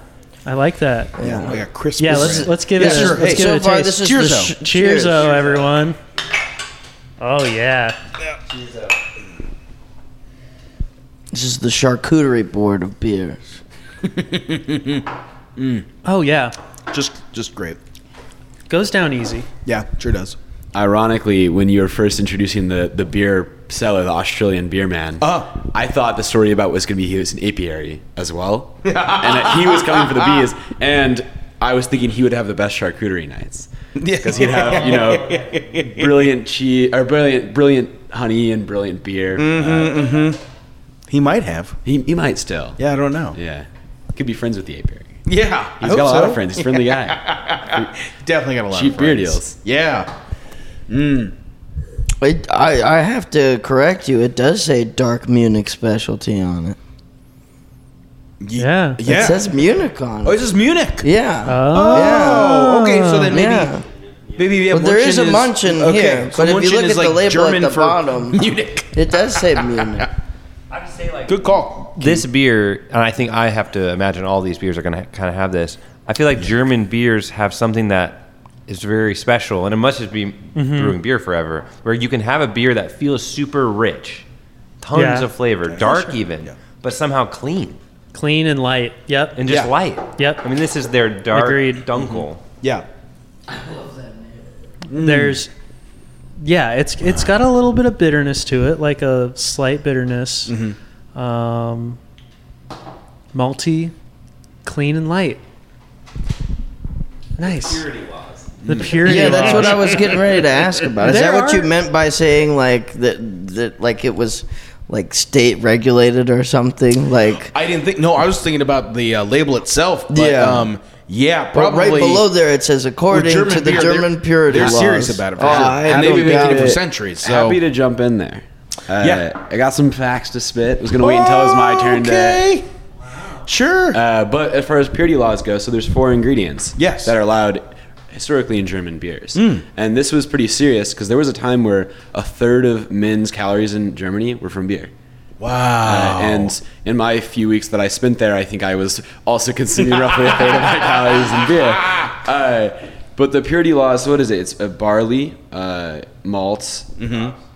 I like that.
Yeah. Like a crispy.
Yeah. Let's
bread.
let's give
Yeah,
it. A,
sure.
Let's
Hey,
give
so
it a
far,
taste.
this is
Cheers,
the
though.
sh-
Cheers, oh everyone. Oh yeah.
This is the charcuterie board of beers.
Oh yeah.
just just great.
Goes down easy.
Yeah, sure does.
Ironically, when you were first introducing the the beer seller, the Australian beer man,
Uh-huh.
Oh.
*laughs*
I thought the story about was going to be he was an apiary as well, and that he was coming for *laughs* the bees, and I was thinking he would have the best charcuterie nights. because he'd have you know
*laughs*
brilliant cheese or brilliant brilliant honey and brilliant beer.
Mm-hmm.
Uh,
he might have.
he, he might still.
Yeah, I don't know.
yeah. Could be friends with the apiary.
Yeah,
He's got a lot of friends. He's a friendly
*laughs*
guy.
Definitely got a lot
Cheap
of
beer
friends.
deals.
Yeah.
It, I, I have to correct you. It does say dark Munich specialty on it.
Ye-
Yeah.
It
Yeah.
says Munich on
oh,
it.
this is Munich.
Yeah.
Oh.
Oh, okay. So then maybe
Yeah.
maybe yeah,
But there is a Munchen
okay,
here,
So
but if you
Munchen
look
is
at the
like
label at
German
the
for *laughs*
bottom-
Munich.
It does say
*laughs*
Munich.
I would say like
Good call.
this beer, and I think I have to imagine all these beers are going to ha- kind of have this. I feel like German beers have something that is very special, and it must just be
Mm-hmm.
brewing beer forever, where you can have a beer that feels super rich, tons
Yeah.
of flavor, dark
sure.
even,
Yeah.
but somehow clean
Clean and light. Yep.
and just
Yeah.
light.
Yep.
I mean, this is their dark
Agreed.
dunkel.
Mm-hmm.
Yeah.
Mm.
There's yeah, it's it's got a little bit of bitterness to it, like a slight bitterness.
Mm-hmm.
Um, malty, clean and light. Nice. The purity laws.
Yeah, that's what I was getting ready to ask about. Is
There
that what you
are-
meant by saying like that that like it was like state regulated or something? Like
I didn't think. No, I was thinking about the uh, label itself. But,
Yeah.
Um, yeah,
well,
probably.
right below there it says according
German
to the
beer,
German
they're-
purity
They're
laws.
serious about it. For
Oh,
sure.
I
and they've
don't
been making
doubt
it for
it.
centuries. So
Happy to jump in there. Uh,
Yeah.
I got some facts to spit. Was gonna wait until it was my turn to.
Okay. Sure.
Uh, but as far as purity laws go, so there's four ingredients
Yes. Hmm.
that are allowed historically in German beers, and this was pretty serious because there was a time where a third of men's calories in Germany were from beer.
wow.
Uh, and in my few weeks that I spent there, I think I was also consuming roughly a third
*laughs*
of my calories in beer. Uh, but the purity laws, what is it? It's uh, barley, uh, malts,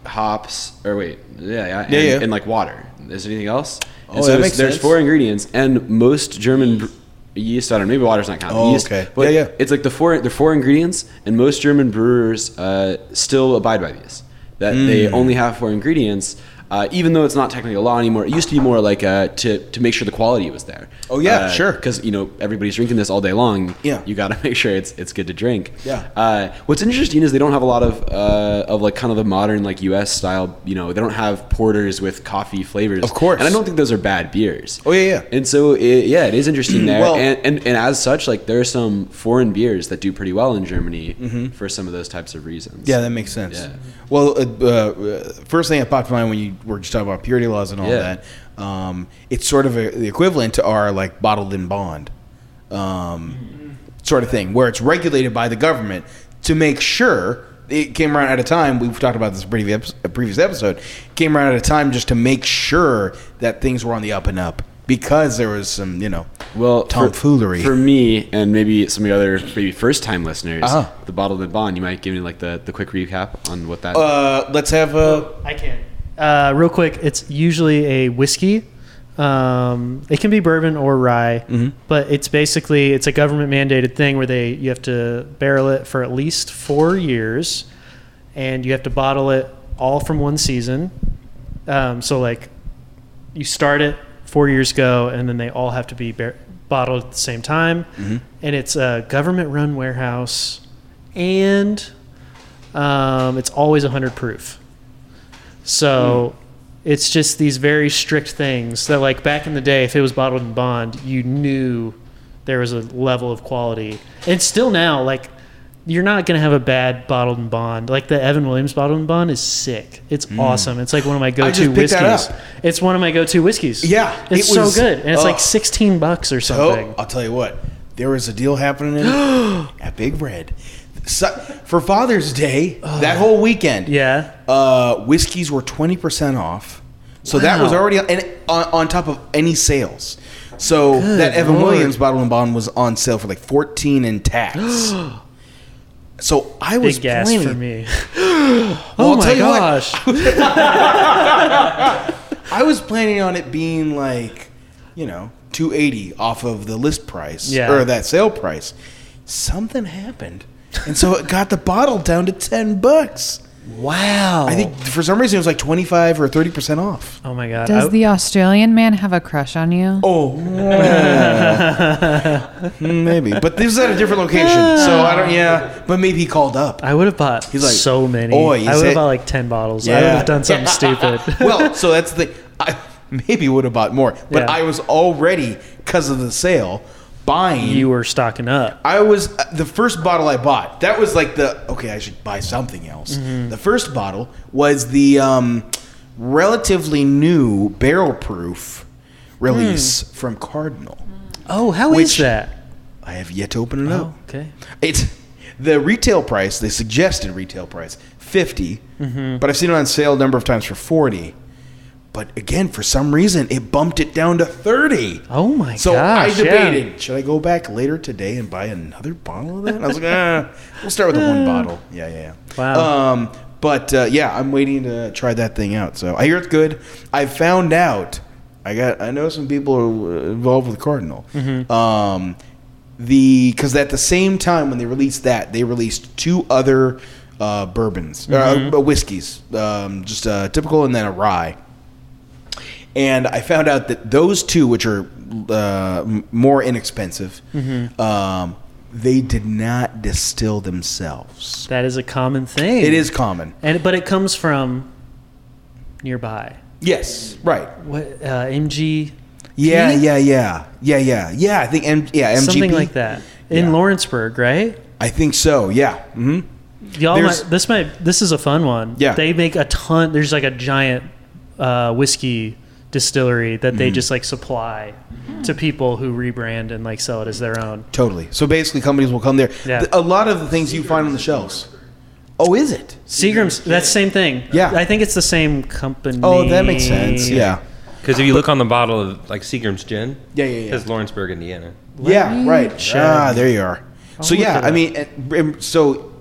hops, or wait, yeah, yeah, and,
Mm-hmm. Yeah, yeah.
and like water. Is there anything else? And
Oh, that
there's,
makes
there's
sense.
four ingredients, and most German br- yeast, I don't know, maybe water's not counted.
Oh,
yeast,
okay.
But
Yeah, yeah.
It's like the four, the four ingredients, and most German brewers uh, still abide by these. That they
Hmm.
only have four ingredients, uh, even though it's not technically a law anymore. It used to be more like uh, to to make sure the quality was there.
Oh, yeah, sure.
Because you know everybody's drinking this all day long.
Yeah.
you got to *laughs* make sure it's it's good to drink.
Yeah.
Uh, what's interesting is they don't have a lot of uh, of like kind of the modern like U.S. style. You know, they don't have porters with coffee flavors.
Of course.
and I don't think those are bad beers.
Oh, yeah, yeah.
And so, it, yeah, it is
*clears throat*
interesting there.
Well-
and, and, and as such, like, there are some foreign beers that do pretty well in Germany for some of those types of reasons.
Mm-hmm. Yeah, that makes sense.
Yeah.
Well, uh, uh, first thing that popped to mind when you were just talking about purity laws and all
Yeah.
that, um, it's sort of a, the equivalent to our like bottled in bond um, sort of thing, where it's regulated by the government to make sure it came around at a time. We've talked about this previous episode, a previous episode. Came around at a time just to make sure that things were on the up and up because there was some, you know,
Well, for-
tomfoolery.
For, me and maybe some of the other maybe first time listeners,
Uh-huh.
the Bottled and Bond, you might give me like the, the quick recap on what that
uh, let's have a
I can. Uh, real quick, it's usually a whiskey. Um, it can be bourbon or rye, but it's basically it's a government mandated thing where they you have to barrel it for at least four years, and you have to bottle it all from one season. Um, so like, you start it four years ago, and then they all have to be bar- bottled at the same time, and it's a government run warehouse, and um, it's always hundred proof. So
Hmm.
it's just these very strict things that, like back in the day, if it was bottled in bond, you knew there was a level of quality. And still now, like you're not gonna have a bad bottled in bond. Like the Evan Williams bottled in bond is sick. It's awesome. It's like one of my go-to
Hmm. just picked that
whiskeys.
up.
It's one of my go-to whiskeys.
Yeah,
it's
it
so
was-
good, and it's
oh.
like sixteen bucks or something.
Oh, I'll tell you what. There was a deal happening
*gasps*
in, at Big Red so, for Father's Day that whole weekend.
Yeah.
uh, whiskeys were twenty percent off. So that was
Wow.
already on, and on, on top of any sales. So that Evan
Lord.
Williams bottle and bond was on sale for like fourteen and
*gasps*
tax. so I was
Big gas
planning. *gasps*
for me.
Well,
oh
I'll
my
tell you what.
gosh!
I was planning on it being like, you know, 280 off of the list price
Yeah.
or that sale price. Something happened. And so it got the bottle down to 10 bucks.
wow.
I think for some reason it was like 25 or 30% off.
Oh my god.
Does
I-
the Australian man have a crush on you?
Oh. *laughs* maybe. But this is at a different location. So I don't, yeah. But maybe he called up.
I would have bought
like,
so many.
"Oi,
I
is
would
it-"
have bought like ten bottles. I would
Yeah.
have done
*laughs*
something stupid.
well, so that's the thing. I maybe would have bought more, but
Yeah.
I was already, because of the sale, buying.
you were stocking up.
I was uh, the first bottle I bought. That was like the okay, I should buy something else.
Mm-hmm.
The first bottle was the um, relatively new barrel proof release
Hmm.
from Cardinal.
Oh, how is
Which-
that?
I have yet to open it up.
Oh, okay.
It's the retail price, the
Mm-hmm.
suggested retail price, 50, but I've seen it on sale a number of times for 40. But again, for some reason, it bumped it down to 30.
Oh my
So
gosh,
I
yeah.
debated, should I go back later today and buy another bottle of that? And I was like, ah, we'll start with the one bottle. Yeah, yeah, yeah.
Wow.
Um, but uh, yeah, I'm waiting to try that thing out. So I hear it's good. I found out. I got. I know some people are uh, involved with Cardinal. Um, the because at the same time when they released that, they released two other uh, bourbons, uh, whiskeys, um, just uh, typical, and then a rye and I found out that those two, which are uh, m- more inexpensive,
Mm-hmm.
um, they did not distill themselves.
That is a common thing.
It is common.
and but it comes from nearby.
Yes, right.
What uh, MG?
Yeah, yeah, yeah, yeah, yeah, yeah. I think M- yeah, MGP.
Something like that in
Yeah.
Lawrenceburg, right?
I think so. Yeah. hmm
Y'all, might,
There's-
this might this is a fun one.
Yeah.
they make a ton. There's like a giant uh, whiskey distillery that
Mm-hmm.
they just like supply to people who rebrand and like sell it as their own.
Totally. So basically, companies will come there.
Yeah.
Th- A lot of the things you find on the shelves. Oh, is it?
Seagram's that's same thing.
Yeah.
I think it's the same company.
Oh, that makes sense. Yeah.
Because if you look on the bottle of like Seagram's gin,
Yeah, yeah, yeah.
it says Lawrenceburg, Indiana.
yeah, right. Ah, there you are. so
look
yeah,
it
I
up.
mean, and- and so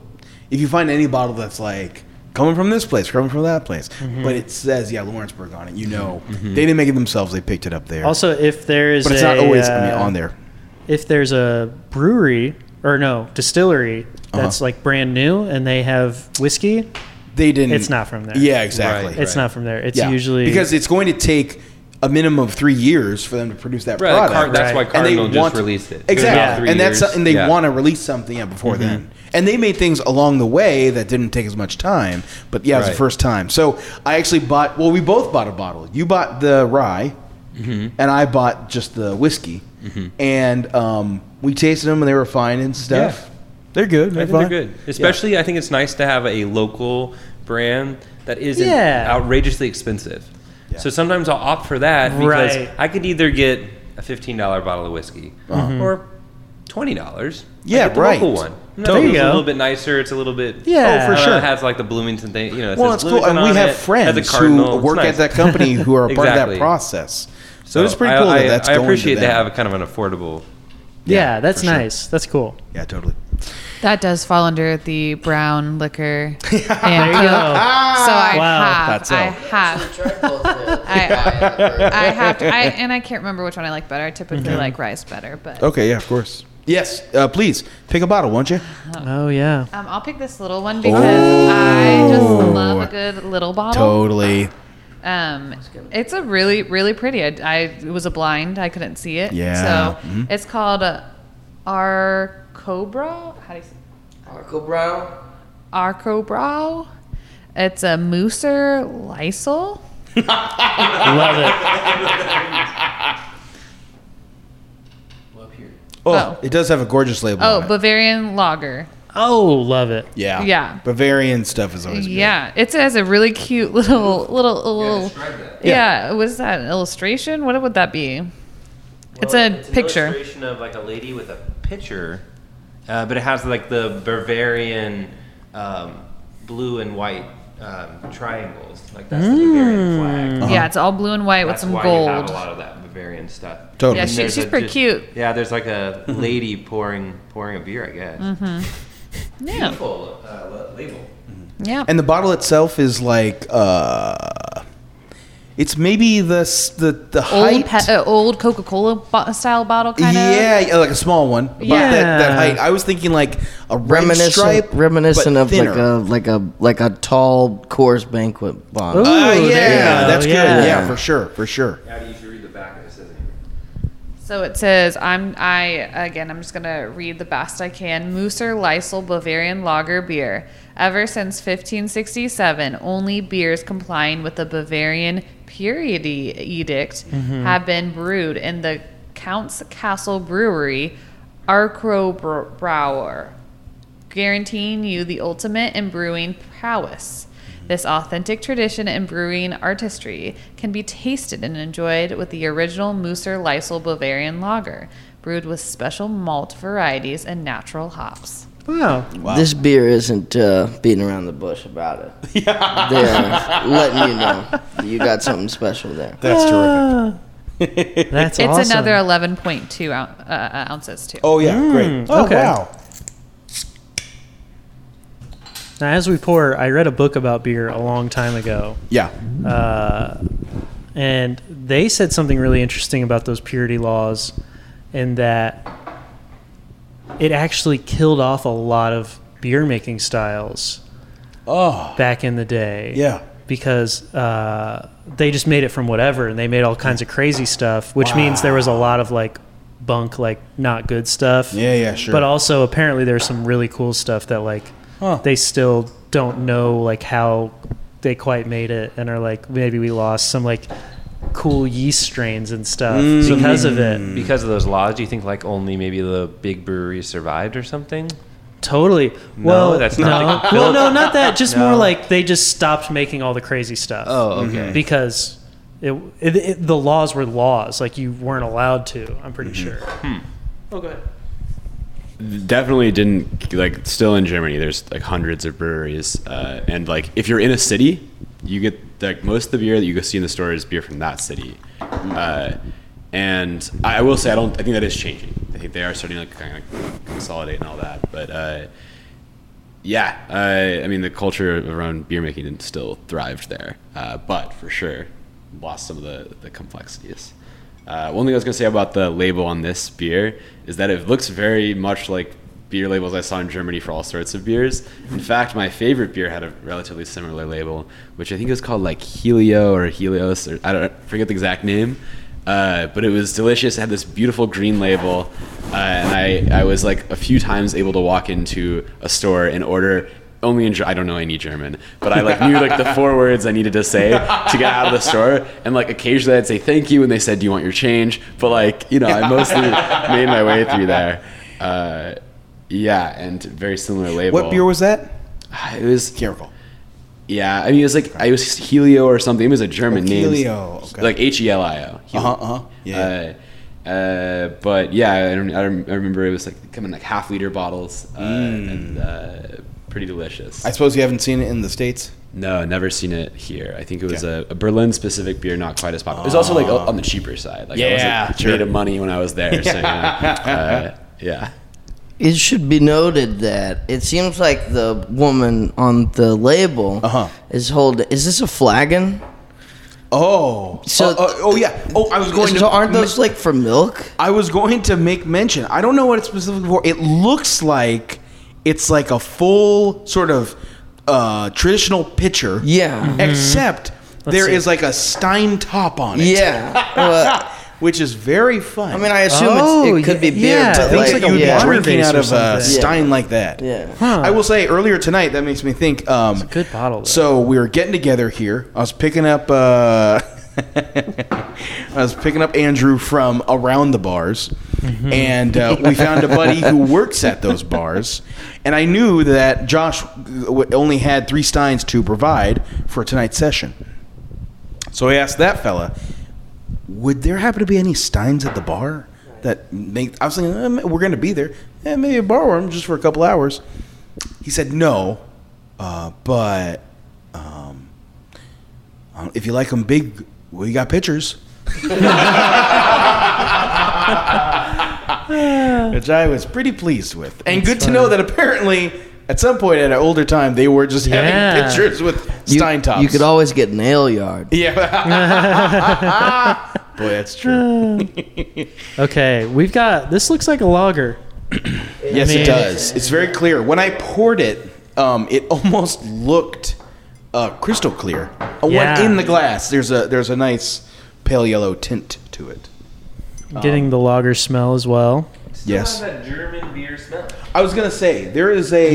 if you find any bottle that's like coming from this place, coming from that place,
Mm-hmm.
but it says yeah Lawrenceburg on it, you know they didn't make it themselves; they picked it up there.
Also, if there is,
but it's
a,
not always gonna be
uh,
on there.
If there's a brewery or no distillery that's
Uh-huh.
like brand new and they have whiskey,
They didn't.
it's not from there.
Yeah, exactly.
it's not from there. It's usually
because it's going to take a minimum of three years for them to produce that
Right,
product.
Car- that's why
Right.
and they
Cardinal
want
just
to-
released it.
Yeah.
Exactly, and that's something they
to.
want to release something yeah, before
Mm-hmm.
then. And they made things along the way that didn't take as much time, but yeah, it was the
Right.
first time. So I actually bought. Well, we both bought a bottle. You bought the rye,
Mm-hmm.
and I bought just the whiskey. And um, we tasted them, and they were fine and stuff. They're good.
I think they're good. Especially, I think it's nice to have a local brand that isn't
Yeah.
outrageously expensive. So sometimes I'll opt for that because
Right.
I could either get a fifteen dollar bottle of whiskey
Mm-hmm.
or twenty dollars.
Uh-huh. Yeah,
the
right.
Local one. And
There
that
you
one's
go.
A little bit nicer. It's a little bit.
Yeah. Oh, for
I don't know,
sure.
It has like the Bloomington thing. You know, it
Well,
says
it's cool,
Bloomington
and we
on
have
it, has a
friends
cardinal.
who
It's
work
nice.
at that company
*laughs*
who are a part of that
Exactly.
process. So, it's pretty
I-
cool
I,
that that's
I
going
appreciate
to
to
them.
have kind of an affordable.
yeah,
yeah,
that's
for sure.
nice. That's
*laughs*
cool.
Yeah, totally.
That does fall under the
*laughs*
brown liquor. and coke. So I
Wow.
have, I have, *laughs* I have, to, I, and I can't remember which one I like better. I typically
Mm-hmm.
like rice better, but
Okay, yeah, of course. Yes, uh, please pick a bottle, won't you?
Oh yeah.
um, I'll pick this little one because I just love a good little bottle.
Totally.
Um, it's a really, really pretty. I, I it was a blind. I couldn't see it.
Yeah. Mm-hmm.
So it's called uh, our Cobra. How do you say?
Marco Brown.
Arcobrow. It's a Mooser Lysol.
Love it.
Oh,
Oh.
it does have a gorgeous label.
Oh,
on it.
Bavarian Lager.
Oh, love it.
yeah,
yeah.
Bavarian stuff is always good.
Yeah, it has a really cute *laughs* little little little. Yeah, what is that? An illustration? What would that be? it's a
Oh, an
picture.
illustration of like a lady with a pitcher, uh, but it has like the Bavarian um, blue and white um, triangles. Like that's the Bavarian flag.
Hmm. Yeah, it's all blue and white
That's
with some
why you have
gold.
a lot of that Bavarian stuff.
Totally.
Yeah,
And
she-
there's
she's
a
pretty
just-
cute.
Yeah, there's like a lady pouring pouring a beer, I guess.
Mm-hmm. Yeah,
Full, uh, label.
yeah.
And the bottle itself is like, uh, it's maybe the s- the the
old
height.
pe- uh, old Coca Cola bo- style bottle kind of.
yeah, yeah, like a small one. About that, that
Yeah.
height. I was thinking like a red
Reminiscent,
stripe,
reminiscent
but
of like
thinner.
a like a like a tall Coors banquet bottle.
Ooh,
Uh,
there you
yeah,
go.
that's
Yeah.
good. Yeah, for sure, for sure.
How do you read the back of it? says
So it says, I'm I again I'm just gonna read the best I can. Mooser Lysol Bavarian Lager beer. Ever since 1567, only beers complying with the Bavarian purity edict have been brewed in the Count's Castle Brewery, Arkrobrauer, guaranteeing you the ultimate in brewing prowess. This authentic tradition in brewing artistry can be tasted and enjoyed with the original Mooser Lysol Bavarian Lager, brewed with special malt varieties and natural hops.
Wow.
This beer isn't uh, beating around the bush about
*laughs*
it. They're letting you know that you got something special there.
That's terrific.
Ah, that's
It's
awesou-
another 11.2 ou- uh, uh, ounces too.
Oh yeah, great. Oh
okay.
wow.
Now, as we pour, I read a book about beer a long time ago,
Yeah.
uh, and they said something really interesting about those purity laws, in that it actually killed off a lot of beer making styles
Oh
back in the day.
yeah.
because uh, they just made it from whatever and they made all kinds of crazy stuff which means there was a lot of like bunk like not good stuff
Yeah yeah sure.
but also apparently there's some really cool stuff that like
Huh.
they still don't know like how they quite made it and are like maybe we lost some like cool yeast strains and stuff
Mm.
because of it
Because of those laws, do you think like only maybe the big breweries survived or something?
totally well
that's
no
not like-
well no not that just more
No.
like they just stopped making all the crazy stuff
Oh, okay.
Mm-hmm. because it, it, it, the laws were laws. Like you weren't allowed to. I'm pretty sure. Oh, go ahead.
definitely didn't like still in germany there's like hundreds of breweries uh, and like if you're in a city you get like most of the beer that you go see in the store is beer from that city uh, and I, I will say i don't i think that is changing i think they are starting to kind of consolidate and all that but uh, yeah uh, i mean the culture around beer making still thrived there uh, but for sure lost some of the, the complexities uh, one thing I was gonna say about the label on this beer is that it looks very much like beer labels I saw in Germany for all sorts of beers. In fact, my favorite beer had a relatively similar label, which I think was called like Helio or Helios or I don't I forget the exact name. Uh, but it was delicious. It had this beautiful green label, uh, and I, I was like a few times able to walk into a store and order only in Ger- I don't know any German, but I like knew like the
*laughs*
four words I needed to say to get out of the store, and like occasionally I'd say thank you, and they said, "Do you want your change?" But like you know,
*laughs*
I mostly made my way through there. Uh, yeah, and very similar label.
What beer was that?
it? Was
Can't recall.
yeah, I mean it was like I was Helio or something. It was a German name,
Oh, Helio, okay.
like H E L I O.
Uh huh. Uh huh. Yeah.
Uh, uh, but yeah, I, don't, I, rem- I remember it was like coming like half liter bottles uh, and uh, pretty delicious.
Mm. I suppose you haven't seen it in the states.
No, never seen it here. I think it was
Yeah.
a, a Berlin specific beer, not quite as popular. It was also like on the cheaper side. Like I
Yeah,
wasn't
sure.
made of money when I was there.
*laughs*
So, yeah. Uh, yeah.
It should be noted that it seems like the woman on the label
Uh-huh.
is holding. Is this a flagon?
Oh.
So-
oh, oh, oh, yeah. Oh, I was going
so
to.
aren't those like for milk?
I was going to make mention. I don't know what it's specifically for. It looks like it's like a full sort of uh, traditional pitcher.
Yeah. Mhm.
Except there is
see.
like a Stein top on it.
Yeah. Well,
Which is very fun.
I mean, I assume it's, it could be
yeah,
beer,
yeah.
but
Oh, Things
like,
like,
like
you
a
would
yeah.
be
water
drinking
vase
out
or
of a
something.
Stein like that.
Yeah.
I will say earlier tonight that makes me think. Um,
a good bottle, though.
So we were getting together here. I was picking up. Uh, *laughs* I was picking up Andrew from around the bars,
Mm-hmm.
and uh, we found a buddy
*laughs*
who works at those bars. And I knew that Josh uh, w- only had three steins to provide for tonight's session. So I asked that fella, would there happen to be any Steins at the bar that make? I was thinking eh, ma- we're going to be there, eh, maybe borrow them just for a couple hours. He said no, uh, but um, uh, if you like them big, we got
*laughs*
pictures. Which I was pretty pleased with, and good to know that apparently at some point at an older time they were just having
Yeah.
pictures with
You,
Stein tops.
you
*laughs*
could always get an ale yard.
yeah.
*laughs*
Boy, that's true.
Okay, we've got this. Looks like a lager.
Yes,
I mean-
it does. It's very clear. When I poured it, um, it *laughs* almost looked uh, crystal clear. Uh,
Yeah.
When in the glass, there's a there's a nice pale yellow tint to it.
Getting the lager smell as well.
yes,
that German beer smell.
I was gonna say there is a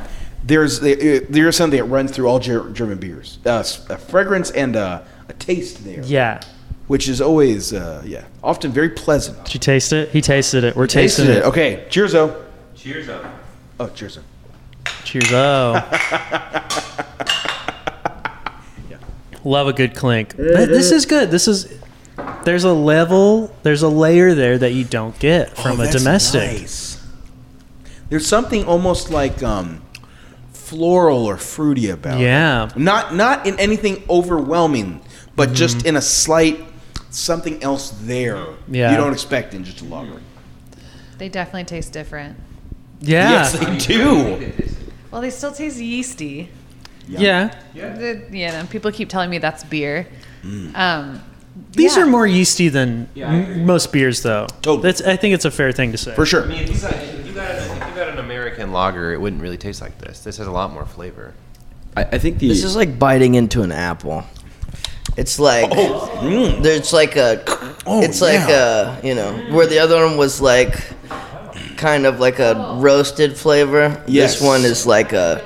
um, there's a, uh, there's something that runs through all Ger- German beers, uh, s- a fragrance and a, a taste there,
Yeah.
which is always uh, yeah often very pleasant.
Did you taste it? He tasted it. We're tasting
Tasted
it.
it. Okay, cheers, oh.
Cheers up.
Oh, cheers.
Cheers. Oh. Love a good clink. Th- This is good. This is. There's a
Oh,
level. There's a layer there that you don't get from a domestic.
Nice. There's something almost like um, floral or fruity about it.
Yeah.
Not not in anything overwhelming,
Mm-hmm.
but just in a slight something else there.
Yeah.
You don't expect in just a lager.
They definitely taste different.
Yeah.
Yes, they do.
Well, they still taste yeasty.
yeah. Mm.
The- Yeah, and people keep telling me that's beer. Um,
These
yeah.
are more yeasty than m- most beers, though.
Totally.
That's, I think it's a fair thing to say.
For sure.
mean, if you got, if you got, an, if you got an American lager, it wouldn't really taste like this. This has a lot more flavor.
I, I think the
This is like biting into an apple. It's like
Oh.
mm, there's like a it's like a you know where the other one was like kind of like a roasted flavor.
Yes.
This one is like a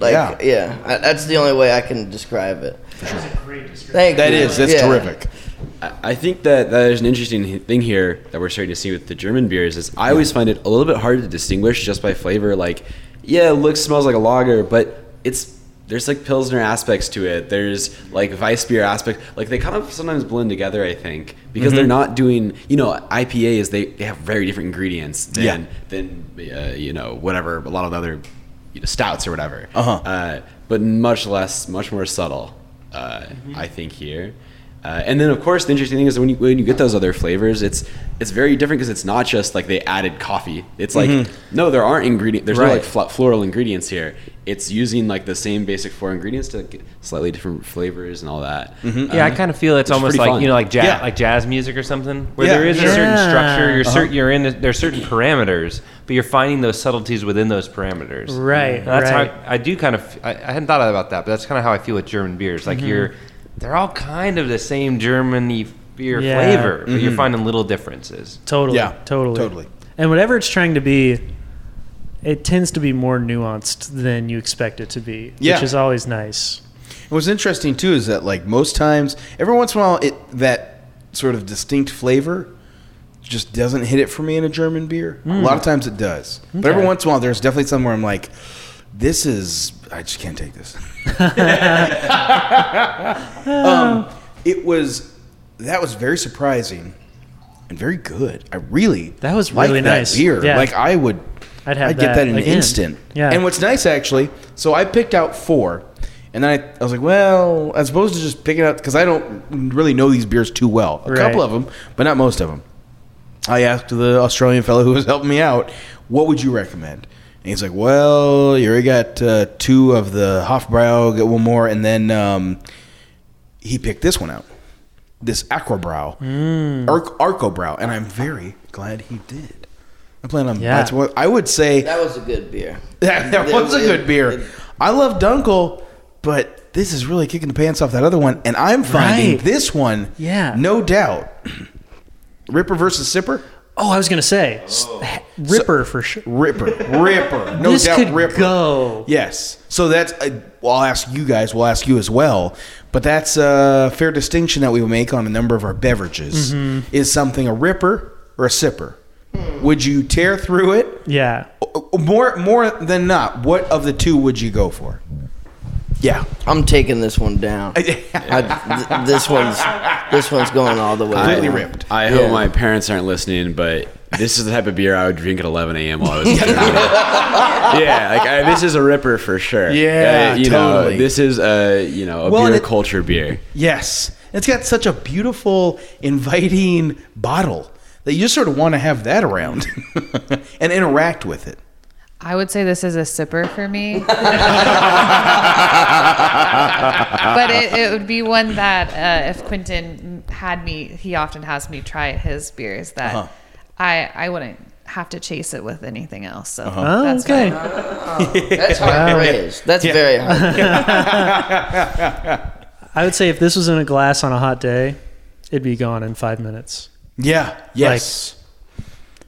like
Yeah.
yeah. I, that's the only way I can describe it. Thank
That
you.
is. That's
Yeah.
terrific.
I I think that that is an interesting h- thing here that we're starting to see with the German beers is I always find it a little bit hard to distinguish just by flavor. Like, yeah, it looks smells like a lager, but it's there's like pilsner aspects to it. There's like Weiss beer aspect. Like they kind of sometimes blend together. I think because
Mm-hmm.
they're not doing you know IPAs. They they have very different ingredients than
Yeah.
than uh, you know whatever a lot of the other you know, stouts or whatever.
Uh-huh.
Uh, but much less, much more subtle. Uh, I think here. Uh, and then, of course, the interesting thing is when you, when you get those other flavors, it's it's very different because it's not just like they added coffee. It's like no, there aren't ingredient. There's no like fl- floral ingredients here. It's using like the same basic four ingredients to get slightly different flavors and all that.
Yeah, I kind of feel it's
Which is
almost
pretty
like
fun.
you know, like jazz,
Yeah.
like jazz music or something, where
Yeah.
there is a certain
Yeah.
structure. You're cer- you're in. A, there are certain parameters, but you're finding those subtleties within those parameters.
Right,
And that's
right.
how I, I do kind of. I, I hadn't thought about that, but that's kind of how I feel with German beers. Like you're, they're all kind of the same Germany beer
Yeah.
flavor, but you're finding little differences.
Totally.
Yeah,
Totally.
totally.
And whatever it's trying to be, it tends to be more nuanced than you expect it to be,
Yeah.
which is always nice.
What's interesting too is that like most times, every once in a while, it that sort of distinct flavor just doesn't hit it for me in a German beer. A lot of
Hmm.
times it does, but every once in a while, there's definitely somewhere I'm like, this is I just can't take
*laughs*
this. um, it was that was very surprising and very good. I really
That was
liked
really
that
nice.
beer.
Yeah.
Like I would,
I'd have
get
that
that in an
again.
instant.
Yeah.
And what's nice actually, so I picked out four, and then I, I was like, well, as opposed to just picking out because I don't really know these beers too well. A
Right.
couple of them, but not most of them. I asked the Australian fellow who was helping me out, what would you recommend? And he's like, well, you already got uh, two of the Hofbrau, get one more, and then um, he picked this one out, this Aquabrow,
Mm.
Arc- Arcobrow, and I'm very glad he did. I plan on
Yeah.
that's what I would say.
That was a good beer.
*laughs* That, that was a good beer. I love Dunkel, but this is really kicking the pants off that other one. And I'm finding
Right.
this one,
Yeah.
no doubt. *clears throat* Ripper versus Sipper?
Oh, I was gonna say, s-
Oh.
Ripper for sure. *laughs*
Ripper. Ripper. No
this
doubt
could
Ripper.
go.
Yes. So that's, uh, well, I'll ask you guys, we'll ask you as well. But that's a fair distinction that we make on a number of our beverages.
Mm-hmm.
Is something a ripper or a sipper? Would you tear through it?
Yeah.
O- More, more than not, what of the two would you go for? Yeah.
I'm taking this one down. I, th- this one's this one's going all the way.
Completely
down.
ripped.
I
Yeah.
hope my parents aren't listening, but this is the type of beer I would drink at 11 a.m. while
*laughs*
I was in Germany. yeah, like I, this is a ripper for sure.
Yeah,
Uh, you
totally.
know, this is a you know a
Well, and
beer
it-
culture beer.
*laughs* Yes. It's got such a beautiful, inviting bottle that you just sort of want to have that around *laughs* and interact with it. *laughs*
I would say this is a sipper for me. but it, it would be one that uh, if Quentin had me, he often has me try his beers that
Uh-huh.
I I wouldn't have to chase it with anything else. So
Oh,
that's
okay.
fine.
That's
*laughs*
hard praise. That's very hard.
I would say if this was in a glass on a hot day, it'd be gone in five minutes.
Yeah. Yes.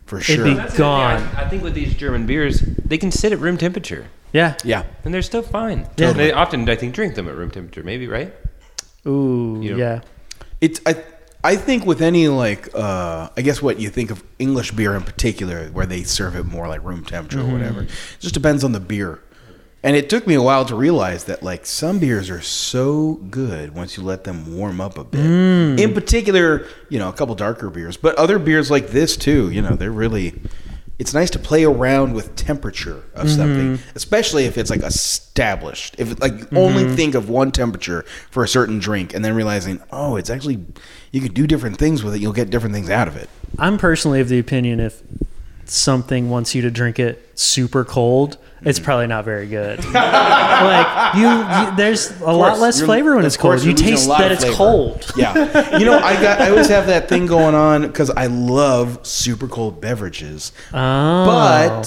For sure.
It'd be gone.
I, I think with these German beers, they can sit at room temperature,
Yeah.
yeah.
and they're still fine.
Yeah.
And They often, I think, drink them at room temperature. Maybe right?
Ooh.
You know.
Yeah.
It's I I think with any like uh I guess what you think of English beer in particular where they serve it more like room temperature or whatever. It just depends on the beer. And it took me a while to realize that like some beers are so good once you let them warm up a bit. In particular, you know, a couple darker beers, but other beers like this too, you know, they're really it's nice to play around with temperature
Mm-hmm.
of something, especially if it's like established. If like you
Mm-hmm.
only think of one temperature for a certain drink, and then realizing, oh, it's actually you could do different things with it. You'll get different things out of it.
I'm personally of the opinion if something wants you to drink it super cold, it's
Mm-hmm.
probably not
*laughs*
very good. like you, you there's a lot
course,
less
you're-
flavor when
of
it's cold.
course,
You
you're losing a
taste
lot
that
of
it's
flavor.
cold. *laughs*
Yeah, you know, I got I always have that thing going on because I love super cold beverages,
Oh.
but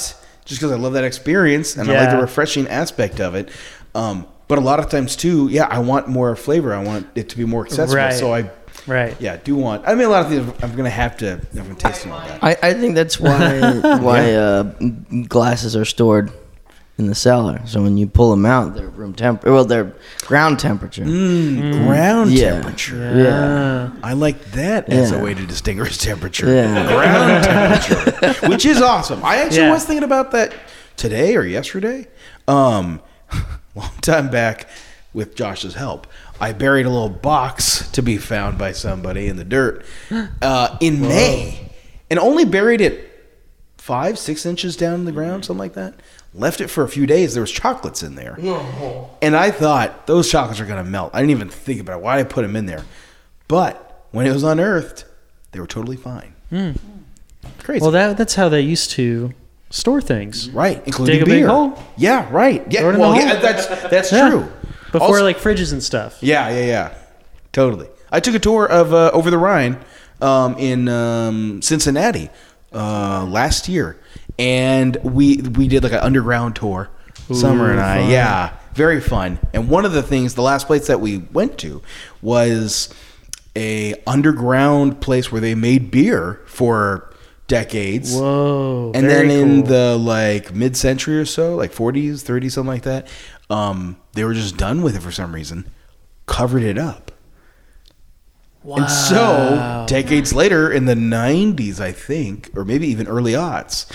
just because I love that experience and I like the
Yeah.
refreshing aspect of it. Um, but a lot of times too, yeah, I want more flavor. I want it to be more accessible.
Right.
So I,
right.
yeah, do want. I mean, a lot of things I'm gonna have to. I'm gonna taste and all that.
I, I think that's why why uh, glasses are stored in the cellar. So when you pull them out, they're room temp. Well, they're ground temperature.
Ground
Mm-hmm. Yeah.
temperature.
Yeah.
I like that as a
Yeah.
way to distinguish temperature.
Yeah.
Ground temperature, *laughs* which is awesome. I actually
Yeah.
was thinking about that today or yesterday. Um, *laughs* long time back, with Josh's help, I buried a little box to be found by somebody in the dirt uh, in May, and only buried it five, six inches down in the ground, something like that. Left it for a few days. There was chocolates in there, and I thought those chocolates are gonna melt. I didn't even think about why I put them in there, but when it was unearthed, they were totally fine. Crazy,
Hmm. Well, that that's how they used to store things
right? Including
dig a
beer.
big hole.
Yeah, right. Yeah,
Throw it in the
well,
hole.
yeah, that's that's
Yeah.
true.
before
Also-
like fridges and stuff.
Yeah, yeah, yeah. Totally. I took a tour of uh, Over the Rhine um, in um, Cincinnati uh, last year, and we we did like an underground tour. Summer and I, yeah, very fun. And one of the things, the last place that we went to was a underground place where they made beer for decades
Whoa.
and
very
then in
cool.
the like mid century or so, like 40s, 30s, something like that, um, they were just done with it for some reason, covered it up. And so, decades later, in the 90s, I think, or maybe even early aughts,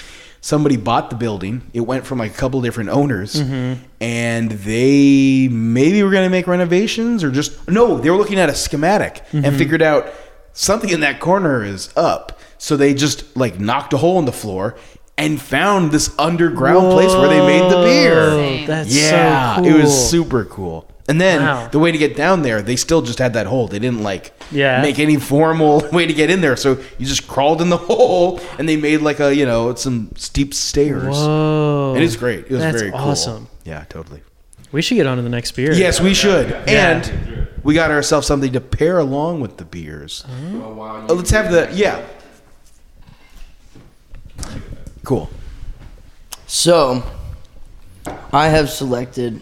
somebody bought the building. It went from like a couple different owners, and they maybe were going to make renovations or just no, they were looking at a schematic and figured out something in that corner is up. So they just like knocked a hole in the floor and found this underground place where they made the beer.
Whoa, Oh, that's
yeah,
so
it
cool.
was super cool. And then
Wow.
the way to get down there, they still just had that hole. They didn't like
Yeah.
make any formal *laughs* way to get in there. So you just crawled in the *laughs* hole, and they made like a you know some steep stairs.
Whoa.
It is great. It was
That's
very cool.
awesome.
Yeah, totally.
We should get on to the next beer.
Yes, we should. And we got ourselves something to pair along with the beers. Oh, let's have the yeah. Cool.
Oh,
So I have selected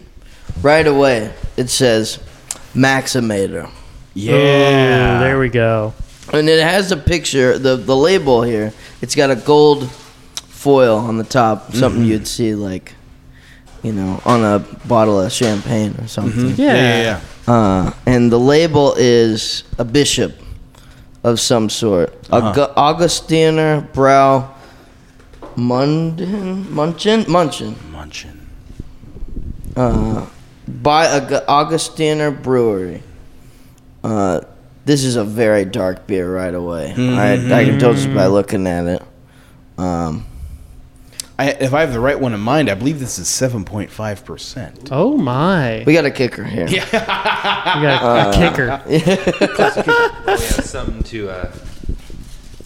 right away. It says Maximator.
Yeah.
Ooh, Oh, there we go.
And it has a picture, the, the label here. It's got a gold foil on the top, something you'd see like, you know, on a bottle of champagne or something.
Yeah.
yeah, yeah, yeah.
Uh, and the label is a bishop of some sort.
Uh-huh.
Aug- Augustiner Brau Munden? Munchen? Munchen.
Munching.
Uh, by Aug- Augustiner Brewery. Uh, this is a very dark beer right away. I, I can tell just by
Mm-hmm.
looking at it. Um,
I, if I have the right one in mind, I believe this is seven point five percent.
Oh my.
we got a kicker here. Yeah.
We got a, a kicker.
something to uh,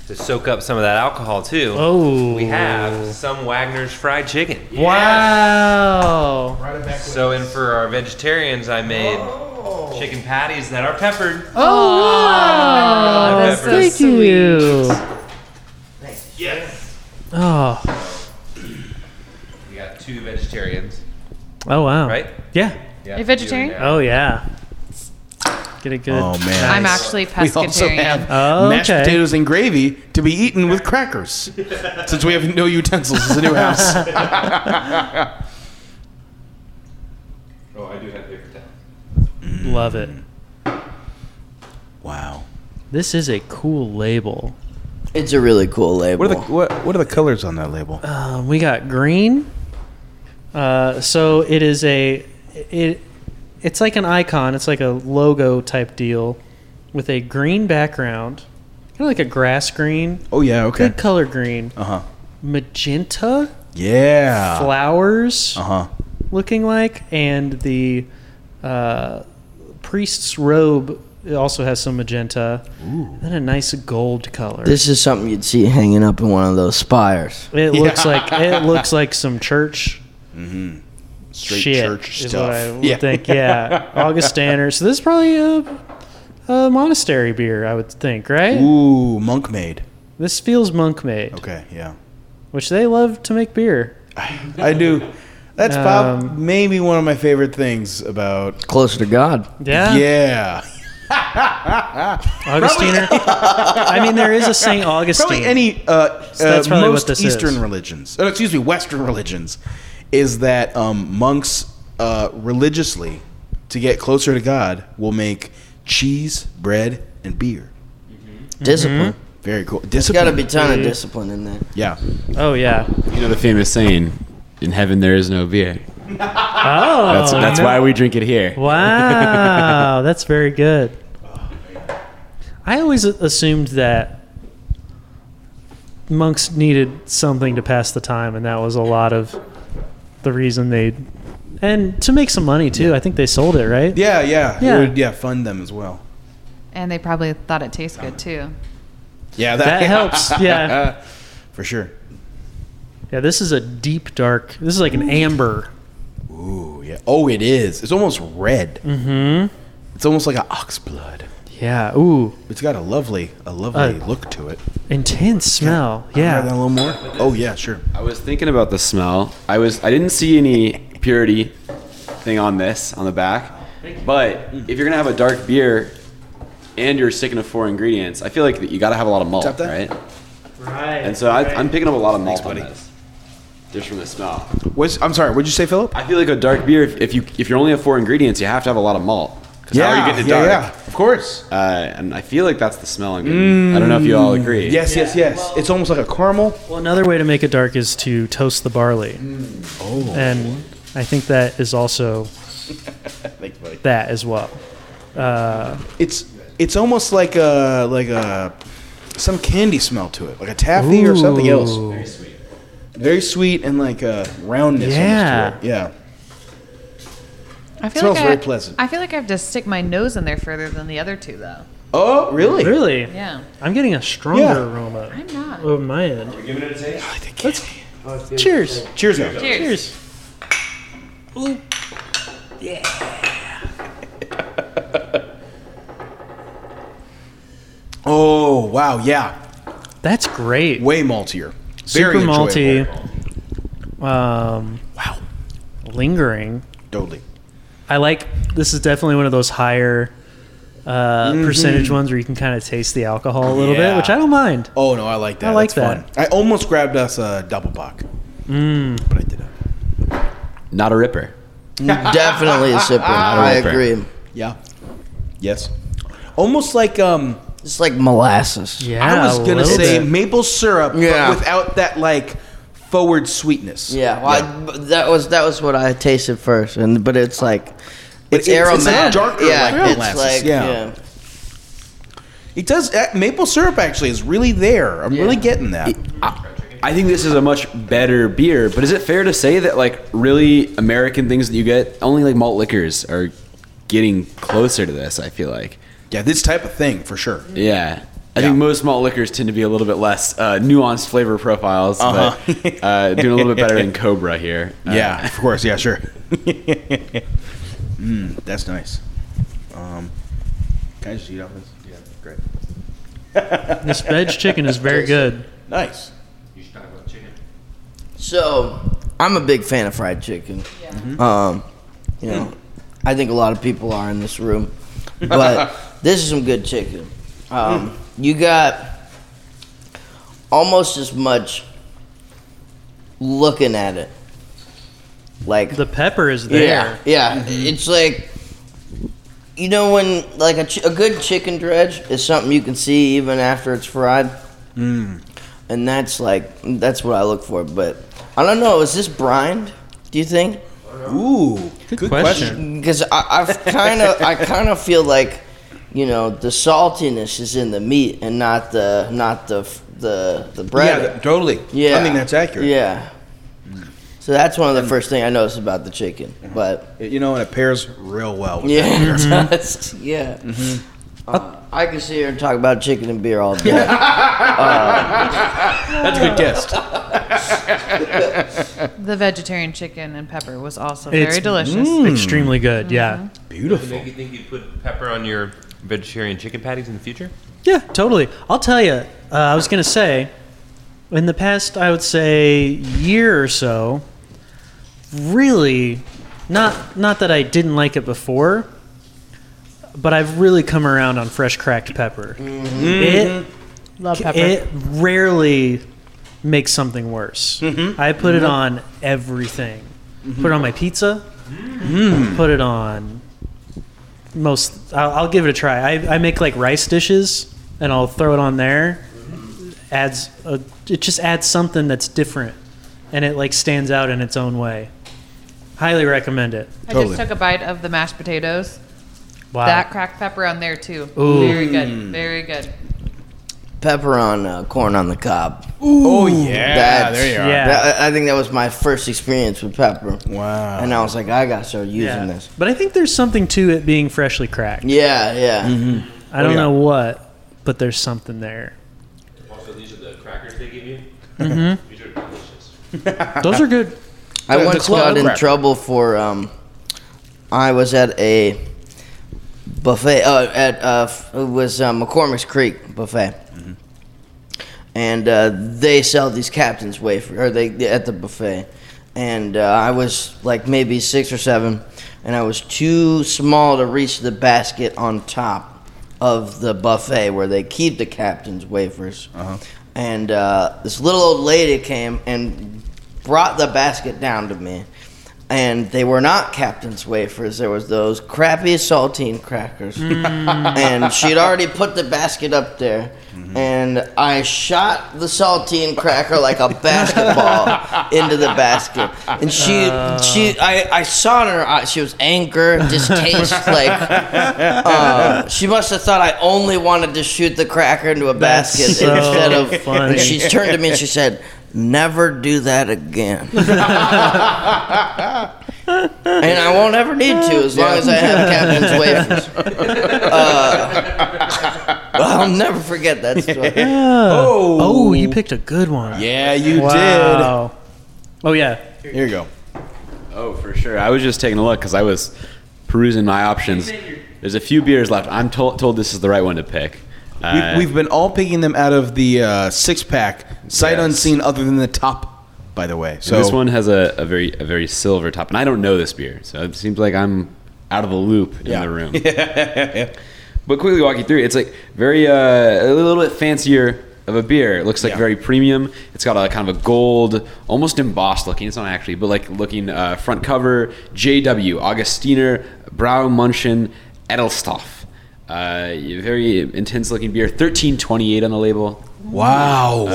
to soak up some of that alcohol too.
Oh.
We have some Wagner's fried chicken.
Wow.
So, and for our vegetarians, I made
Oh.
chicken patties that are peppered.
Oh, wow.
that's so
Thank you. Oh.
We got two vegetarians,
Oh wow.
right?
Yeah.
Yeah,
Are you vegetarian?
two and a half.
Oh yeah. Get a good.
Oh man.
I'm actually
We also
pescatarian.
have
Oh,
mashed
okay.
potatoes and gravy to be eaten with crackers, since we have no utensils. It's a new
*laughs*
house. *laughs*
Oh, I do have paper towels.
Love it.
wow.
This is a cool label.
It's a really cool label.
What are the what What are the colors on that label?
Um, we got green. Uh, so it is a it it's like an icon. It's like a logo type deal with a green background, kind of like a grass green,
Oh yeah. Okay.
good color green.
Uh huh.
magenta
Yeah.
flowers
Uh huh.
looking like, and the uh, priest's robe also has some magenta, and a nice gold color.
This is something you'd see hanging up in one of those spires.
it looks like it looks like some church
Straight
shit
church
is
stuff.
what I would
*laughs*
think. Yeah, Augustaner. So this is probably a, a monastery beer, I would think, right?
Ooh, monk made.
This feels monk made,
Okay, yeah.
which they love to make beer.
I do. That's prob-
Um,
maybe one of my favorite things about.
Closer to God.
Mm-hmm.
Yeah,
Yeah. *laughs*
Augustiner. I mean, there is a Saint Augustine.
Probably any. Uh,
that's
uh,
probably what
most
this is.
Eastern religions. Oh, excuse me, Western religions. Is that um, monks uh, religiously, to get closer to God, will make cheese, bread, and beer.
Discipline.
Very cool.
There's
Discipline.
got to be a ton of
Yeah.
discipline in there.
yeah.
Oh yeah.
You know the famous saying, "In heaven there is no beer."
Oh,
That's that's why we drink it here.
*laughs* Wow, that's very good. I always assumed that monks needed something to pass the time, and that was a lot of the reason they, and to make some money too. I think they sold it, right?
Yeah, yeah.
Yeah.
It would, yeah, fund them as well.
And they probably thought it tastes good too.
Yeah,
That helps, *laughs* yeah.
For sure.
Yeah, this is a deep dark. This is like an amber.
Ooh, yeah. Oh, it is. It's almost red. Mm-hmm. It's almost like an ox blood.
Yeah. Ooh,
It's got a lovely, a lovely
Uh,
look to it.
intense smell.
Grab that a
Yeah.
little more. Oh yeah, sure.
I was thinking about the smell. I was I didn't see any purity thing on this on the back, but if you're gonna have a dark beer and you're sticking to four ingredients, I feel like that you gotta have a lot of malt,
Tap that?
right? And so I, I'm picking up a lot of malt on this, just from the smell.
What's, I'm sorry. What'd you say, Philip?
I feel like a dark beer. If, if you if you're only have four ingredients, you have to have a lot of malt. 'Cause how are you getting it
yeah,
dark?
yeah. Of course.
Uh, and I feel like that's the smell I'm getting. I don't know if you all agree.
Yes, yes, yes. it's almost like a caramel.
Well, another way to make it dark is to toast the barley. Oh. And I think that is also
Thanks, buddy.
that as well.
It's it's almost like a like a some candy smell to it, like a taffy or something else.
Ooh.
Very sweet and like a roundness.
Yeah.
almost to it. Yeah.
I feel
Smells
like
very
I,
pleasant.
I feel like I have to stick my nose in there further than the other two, though.
Oh, really?
*laughs* Really?
Yeah,
I'm getting a stronger
Yeah.
aroma
I'm not.
over my end.
I think Let's,
Oh,
Cheers.
cheers, guys.
Cheers.
Cheers. Ooh.
Oh, wow. Yeah.
That's great.
Way maltier.
Super
Very enjoyable.
malty. Um, wow. Lingering.
Totally.
I like this is definitely one of those higher uh, percentage ones where you can kind of taste the alcohol a little
Mm-hmm. Yeah.
bit, which I don't mind.
Oh no, I like that.
I like
That's Fun. I almost grabbed us a double buck,
Mm.
but I didn't.
Not a ripper.
Definitely a sipper. I
ripper.
agree.
Yeah. Yes. Almost like um,
It's like molasses.
Yeah,
I was
a
gonna
little
say
bit.
maple syrup,
Yeah.
but without that like forward sweetness.
Yeah, well, I, but that was that was what I tasted first, and but it's like
But it's- it's
it's,
not
aromatic.
darker
yeah,
like
it's
molasses,
like
yeah.
yeah.
It does. Uh, maple syrup actually is really there. I'm really getting that.
I, I think this is a much better beer, but is it fair to say that like really American things that you get only like malt liquors are getting closer to this? I feel like,
Yeah, this type of thing for sure.
yeah. I
Yeah.
think most malt liquors tend to be a little bit less uh, nuanced flavor profiles, but
Uh-huh.
uh, doing a little bit better
*laughs*
than Cobra here. Uh,
yeah, of course. Yeah, *laughs* sure. mm, that's nice. Um, can I just eat off this? Yeah, great.
This veg chicken is
*laughs*
very good.
Nice.
So I'm a big fan of fried chicken. Um, you know, I think a lot of people are in this room, but this is some good chicken. Um, You got almost as much looking at it, like
The pepper is there.
Yeah, yeah.
Mm-hmm.
It's like you know when like a, ch- a good chicken dredge is something you can see even after it's fried. Mm. And that's like that's what I look for. But I don't know. Is this brined? Do you think?
Ooh, good,
question.
*laughs*
Because I've kind of I kind of feel like you know the saltiness is in the meat and not the not the f- the the
Yeah,
bread.
th- totally.
Yeah.
I think that's accurate. Mm.
Yeah. So that's one of the first thing I noticed about the chicken.
Uh-huh.
But
You know, and it pairs real well. With
yeah, *laughs* it
Mm-hmm.
does. Yeah. Uh, I could sit here and talk about chicken and beer all day.
That's a good guest.
The vegetarian chicken and pepper was also
It's- mm,
very delicious. Mm-hmm.
Extremely good. Yeah.
Beautiful.
Make you think you'd put pepper on your vegetarian chicken patties in the future?
Yeah, totally. I'll tell you, uh, I was going to say, in the past, I would say, year or so, really, not, not that I didn't like it before, but I've really come around on fresh cracked pepper. It,
Mm-hmm. Love pepper.
it rarely makes something worse. I put it on everything. Put it on my pizza. Put it on most. I'll, I'll give it a try. I, I make like rice dishes, and I'll throw it on there. Adds a, it just adds something that's different, and it like stands out in its own way. Highly recommend it.
I
Totally.
just took a bite of the mashed potatoes.
Wow.
That cracked pepper on there too.
Ooh.
Very good. Very good.
Pepper on uh, corn on the cob.
Oh yeah,
That's-
there you are.
yeah.
That- I I think that was my first experience with pepper.
Wow.
And I was like, I gotta start using
yeah.
this.
But I think there's something to it being freshly cracked.
Yeah, yeah.
Mm-hmm.
I don't
yeah.
know what, but there's something there.
Also, these are the crackers they give you. These are delicious.
Those are good.
I
The- the
once
club
got in
cracker.
trouble for um, I was at a buffet uh, at uh, f- it was uh, McCormick's Creek buffet, and uh, they sell these captain's wafer or they at the buffet, and uh, I was like maybe six or seven, and I was too small to reach the basket on top of the buffet where they keep the captain's wafers. And uh, this little old lady came and brought the basket down to me. And they were not captain's wafers. There was those crappy saltine crackers,
Mm.
*laughs* and she'd already put the basket up there.
Mm-hmm.
And I shot the saltine cracker like a
*laughs*
basketball into the basket. And she,
Uh.
she, I, I saw it in her eyes. She was
*laughs*
anger, distaste. like uh, she must have thought I only wanted to shoot the cracker into a
That's
basket
so
instead of.
funny.
And she turned to me and she said, "Never do that again." and I won't ever need to as long as I have captain's wafers. Uh, I'll never forget
*laughs*
that story.
Oh, oh, you picked a good one.
Yeah, you
wow. Oh yeah.
did. Here you go.
Oh, for sure. I was just taking a look because I was perusing my options. There's a few beers left. I'm told, told this is the right one to pick. Uh,
We've, we've been all picking them out of the uh, six pack, sight
Yes.
unseen, other than the top, by the way. So
this one has a, a very a very silver top, and I don't know this beer, so it seems like I'm out of the loop in
Yeah. *laughs*
the room. But quickly walk you through. It's like very uh, a little bit fancier of a beer. It looks like
Yeah.
very premium. It's got a kind of a gold, almost embossed looking. It's not actually, but like looking uh, front cover. J.W. Augustiner Brau Munchen Edelstoff. Uh, very intense looking beer. Thirteen twenty eight on the label.
wow.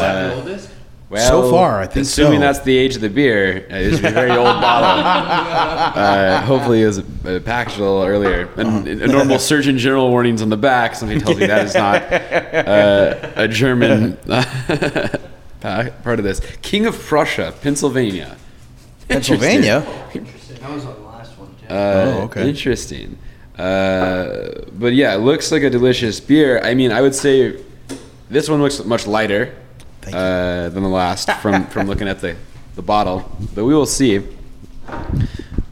So far, I think so.
Assuming that's the age of the beer, uh, it's a very old bottle. Uh, hopefully, it was uh, packaged a little earlier. And a normal Surgeon General warnings on the back. Somebody tells me that is not uh, a German *laughs* pa- part of this. King of Prussia, Pennsylvania.
Pennsylvania.
That was on the last one too.
Uh,
Oh, okay.
Interesting. Uh, but yeah, it looks like a delicious beer. I mean, I would say this one looks much lighter
Thank you.
uh, than the last from, from looking at the, the bottle. But we will see.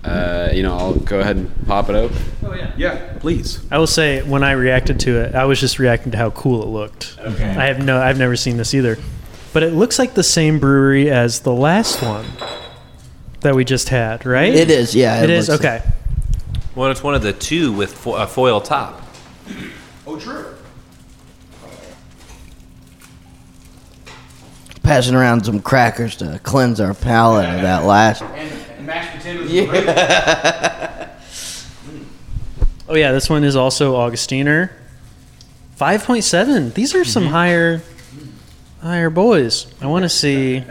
Uh, you know, I'll go ahead and pop it open.
Oh yeah.
Yeah, please.
I will say when I reacted to it, I was just reacting to how cool it looked. Okay. I have no I've never seen this either. But it looks like the same brewery as the last one that we just had, right?
It is, yeah.
It is
looks-
okay.
Well, it's one of the two with fo- a foil top.
Oh, true.
Passing around some crackers to cleanse our palate of that last.
And mashed potatoes.
Oh yeah, this one is also Augustiner. 5.7. These are some higher higher boys. I want to see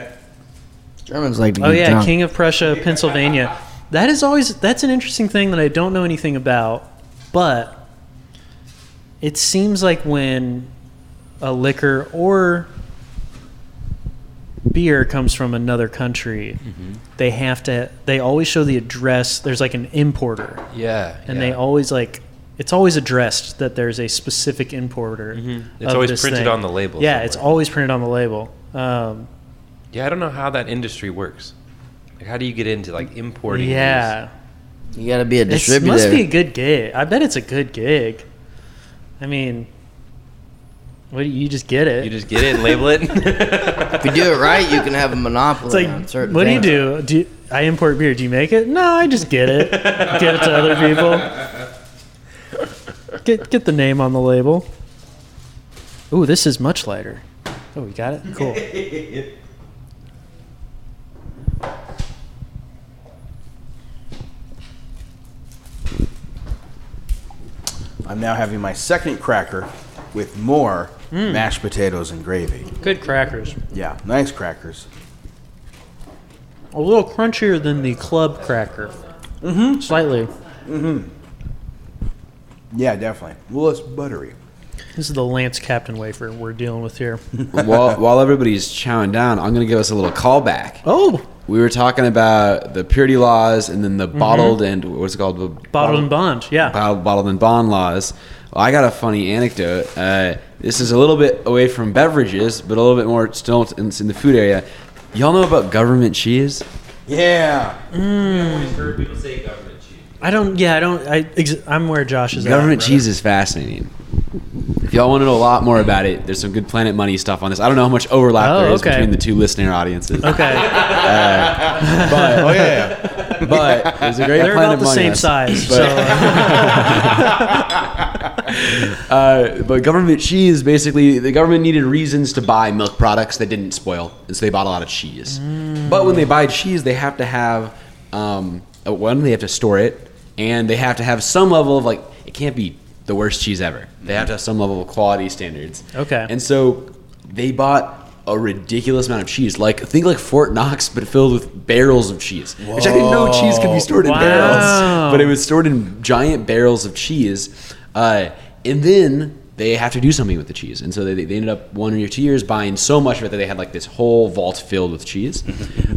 Germans like to get
Oh yeah,
drunk.
King of Prussia, Pennsylvania. That is always that's an interesting thing that I don't know anything about, but it seems like when a liquor or beer comes from another country,
Mm-hmm.
they have to. They always show the address. There's like an importer,
Yeah.
and they always like. It's always addressed that there's a specific importer.
Mm-hmm. It's
of
always
this
printed
thing.
on the label
Yeah, it's
somewhere.
always printed on the label. Um,
Yeah, I don't know how that industry works. Like, how do you get into like importing?
yeah,
You gotta be a
it
distributor.
must be a good gig. I bet it's a good gig. I mean, what do you you just get it?
these? you just get it, and label *laughs* it.
if you do it right, you can have a monopoly
It's
on
like,
certain
what do you
things.
do? Do you, I import beer? Do you make it? No, I just get it. Give it to other people. Get get the name on the label. Ooh, this is much lighter. Oh, we got it. Cool.
I'm now having my second cracker with more mashed potatoes and gravy.
Good crackers.
Yeah, nice crackers.
A little crunchier than the club cracker. Mm-hmm. Slightly.
Yeah, definitely. Well, it's buttery.
This is the Lance Captain wafer we're dealing with here.
while, while everybody's chowing down, I'm going to give us a little callback.
Oh,
We were talking about the purity laws and then the bottled and what's it called? The
bottled and bond. Yeah.
bottled, bottled and bond laws. Well, I got a funny anecdote. Uh, this is a little bit away from beverages, but a little bit more still in, in the food area. Y'all know about government cheese?
Yeah.
I don't. Yeah, I don't. I. Ex- I'm where Josh is. at,
Government
brother.
cheese is fascinating. If y'all want to know a lot more about it, there's some good Planet Money stuff on this. I don't know how much overlap
Oh,
there is
okay.
between the two
*laughs*
listener
*laughs*
audiences, *laughs*
Okay.
Oh yeah.
but there's a great
They're about
Planet
the
Money
same
episode.
size. so. uh,
Uh, but government cheese, basically, the government needed reasons to buy milk products that didn't spoil, and so they bought a lot of cheese. But when they buy cheese, they have to have um, uh, one, they have to store it, and they have to have some level of like it can't be the worst cheese ever. They have to have some level of quality standards.
Okay.
And so they bought a ridiculous amount of cheese, like think like Fort Knox, but filled with barrels of cheese. Which I didn't know cheese could be stored
Wow.
in barrels, but it was stored in giant barrels of cheese. Uh, and then they have to do something with the cheese, and so they, they ended up one or two years buying so much of it that they had like this whole vault filled
*laughs*
with cheese.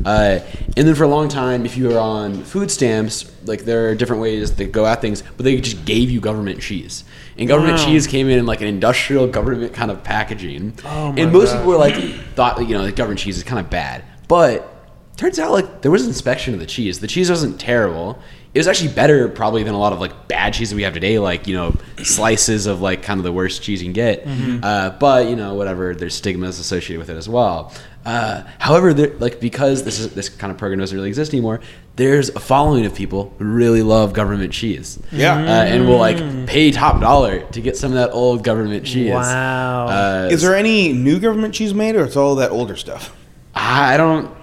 uh, and then for a long time, if you were on food stamps, like there are different ways to go at things, but they just gave you government cheese, and government
Wow.
cheese came in in like an industrial government kind of packaging.
Oh
and most people were like, thought you know, the government cheese is kind of bad, but turns out like there was an inspection of the cheese. The cheese wasn't terrible. It was actually better probably than a lot of like bad cheese that we have today, like you know slices of like kind of the worst cheese you can get. Uh, but you know whatever, there's stigmas associated with it as well. Uh, however, there, like because this is this kind of program doesn't really exist anymore, there's a following of people who really love government cheese.
Yeah.
uh, and will like pay top dollar to get some of that old government cheese.
wow.
Uh,
*laughs* Is there any new government cheese made, or it's all that older stuff?
I don't.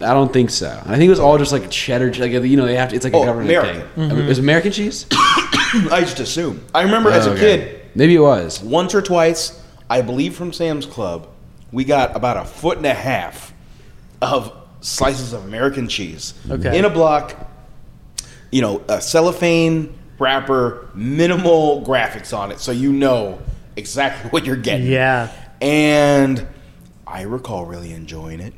I don't think so. I think it was all just like cheddar, che- like you know, they have to. It's like
Oh,
a government
American.
thing.
Mm-hmm.
It was American cheese. Oh,
I just assume. I remember *clears throat* as a
Okay.
kid,
maybe it was.
once or twice, I believe from Sam's Club, we got about a foot and a half of slices of American cheese
Okay.
in a block. You know, a cellophane wrapper, minimal graphics on it, so you know exactly *laughs* what you're getting.
yeah.
and I recall really enjoying it.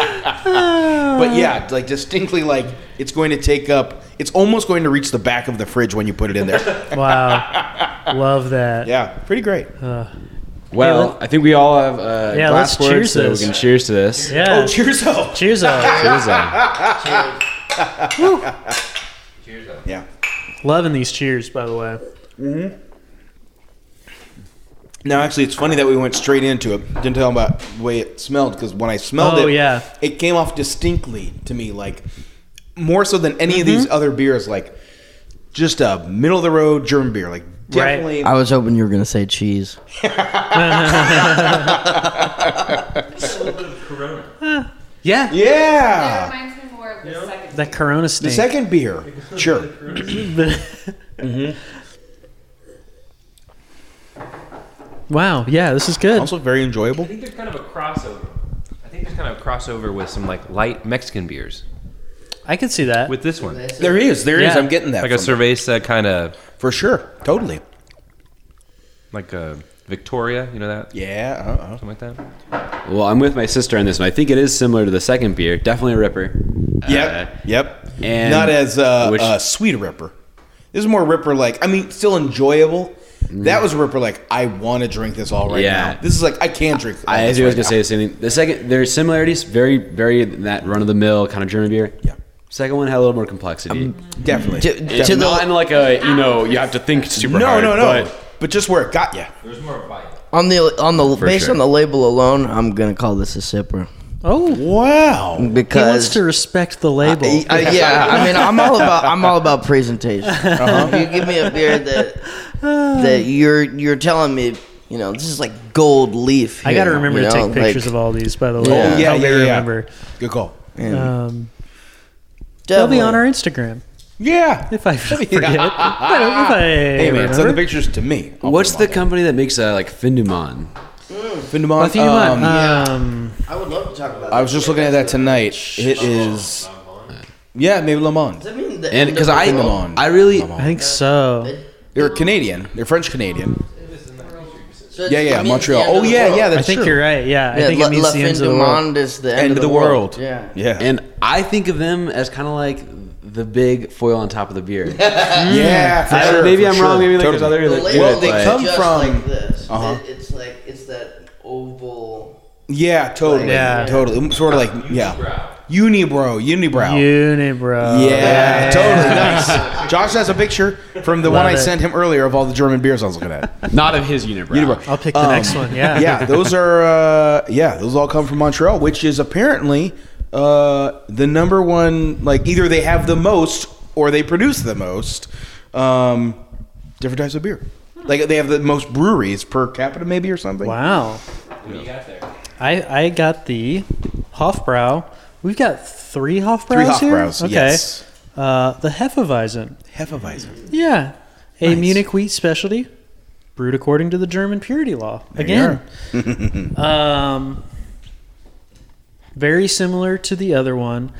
but yeah, like distinctly, like it's going to take up. It's almost going to reach the back of the fridge when you put it in
*laughs*
there.
Wow. Love that.
yeah, pretty great.
Uh.
Well, I think we all have uh,
Yeah,
glass
let's
words,
cheers
so we
this.
can cheers to this.
Yeah.
Oh, cheers! Oh,
Cheers
*laughs*
up.
Cheers, uh,
yeah.
Loving these cheers, by the way.
Now, actually, it's funny that we went straight into it. Didn't tell about the way it smelled because when I smelled
Oh,
it,
yeah.
it came off distinctly to me, like more so than any of these
Mm-hmm.
other beers, like just a middle of the road German beer, like definitely.
I was hoping you were gonna say cheese.
Yeah.
That
Yeah,
reminds me more of the second.
That Corona
the
stink.
second beer, sure.
wow. Yeah, this is good.
Also very enjoyable.
I think there's kind of a crossover. I think there's kind of a crossover with some like light Mexican beers
I could see that.
with this one, like
There is, there
Yeah.
I'm getting that
a
from it.
cerveza kind of
for sure, totally.
like a
Victoria, you know that?
Yeah. uh-huh. Uh-oh.
Something like that?
Well, I'm with my sister on this one. I think it is similar to the second beer. Definitely a ripper.
Yep.
Uh,
yep.
and
not as uh,
which-
uh, sweet a ripper. This is more ripper like. I mean, still enjoyable. That was a ripper like. I want to drink this all right
Yeah.
now. This is like I can drink. all
I, I
this
was gonna
right
say the same thing. The second, there's similarities, very, very that run of the mill kind of German beer.
Yeah. Um,
Second one had a little more complexity.
now. definitely.
To,
Yeah,
to
not
the,
in like a you know you have to think super
no,
hard.
no, no.
but-
But, just where it got you.
on the on the based
sure.
on the label alone, I'm gonna call this a sipper
Oh,
Wow.
because
he wants to respect the label.
I- I- Uh,
*laughs*
yeah, I mean, I'm all about I'm all about presentation.
Uh-huh.
If you give me a beer that that you're you're telling me, you know, this is like gold leaf.
I got to remember to take pictures of all these, by the way.
Yeah.
How
Oh, Yeah,
they
yeah, yeah.
remember.
Good call.
Um, they'll be on our Instagram
Yeah.
if
*laughs*
I *laughs* forget. I don't know if I
Hey man, send the
remember.
pictures to me. I'll
What's
put
the
them on
company that makes uh, like Finduman?
there. Vindemont, um,
Um,
I would love to talk about.
I was just looking at that tonight. It is. Yeah, maybe Le Mans.
I mean,
And because I,
Vindemon.
I really
I think so.
They're Canadian. They're French Canadian. Yeah, yeah, Montreal. Oh yeah, yeah. That's
I think
true.
you're right. Yeah, I
Yeah,
think
La,
it means
La
the end of the world.
Fin du is the end, of the world. Yeah.
Yeah.
and I think of them as kind of like the big foil on top of the
*laughs*
beer.
Yeah, for
Mm. I-
sure,
maybe
for
I'm
sure.
wrong. Maybe like there's
Totally.
other that do
Well,
it,
they
but-
come from-
this.
Uh-huh.
It- it's like it's that oval.
Yeah, totally.
Yeah.
totally. Um, Sort of like yeah, unibrow, unibrow.
Unibrow.
yeah, totally nice. Josh has a picture from the one I
it.
sent him earlier of all the German beers I was looking at.
not of his unibrow.
Unibrow.
I'll pick the next one. Yeah.
Um, yeah, those are uh, yeah, those all come from Montreal, which is apparently uh, the number one. Like either they have the most or they produce the most um, different types of beer. Like they have the most breweries per capita, maybe or something.
Wow. I I got the Hofbrau. We've got three Hofbraus
Three
here.
Hofbraus,
okay.
yes.
Uh, the Hefeweizen.
Hefeweizen.
Yeah. A Munich wheat specialty, brewed according to the German purity law. Again.
*laughs*
um, very similar to the other one.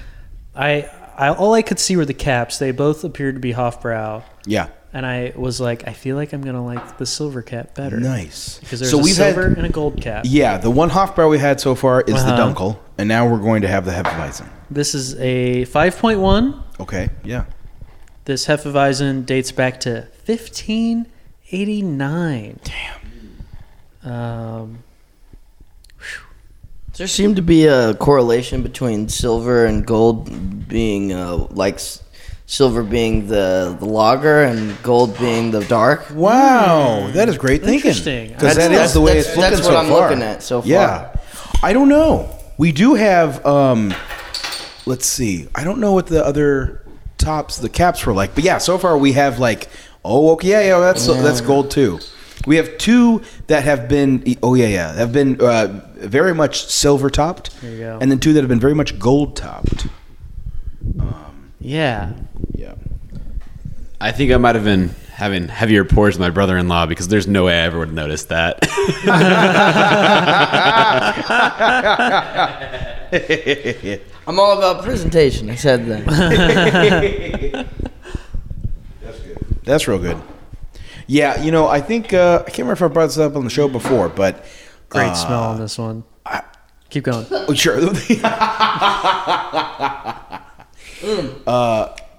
I, I all I could see were the caps. They both appeared to be Hofbrau,
Yeah.
and I was like, I feel like I'm gonna like the silver cap better.
Nice.
Because there's a silver and a gold cap.
Yeah, the one Hofbrau we had so far is the
Uh-huh.
Dunkel, and now we're going to have the Hefeweizen.
This is a 5.1.
Okay, yeah.
This Hefeweizen dates back to 1589. Damn. Um,
There seemed to be a correlation between silver and gold being uh, like s- silver being the, the lager and gold being the dark.
Wow, that is great thinking.
Interesting.
Because
Hmm. That's-
that is
that's-
the way
that's-
it's looking
that's
so
what I'm
far.
looking at so far.
Yeah, I don't know. We do have. um Let's see. I don't know what the other tops, the caps were like, but yeah, so far we have like. Oh, okay, yeah, yeah. That's that's gold too. We have two that have been. Oh yeah, yeah. Have been uh, very much silver topped.
There you go.
And then two that have been very much gold topped.
yeah.
*laughs*
Yeah. *laughs*
I think I might have been having heavier pours with my brother-in-law because there's no way I ever would have
*laughs*
noticed that. *laughs*
I'm all about presentation. I said that.
That's real good. Yeah, you know, I think uh, I can't remember if I brought this up on the show before, but *laughs*
Great
Uh,
smell on this one. Keep going.
oh, sure.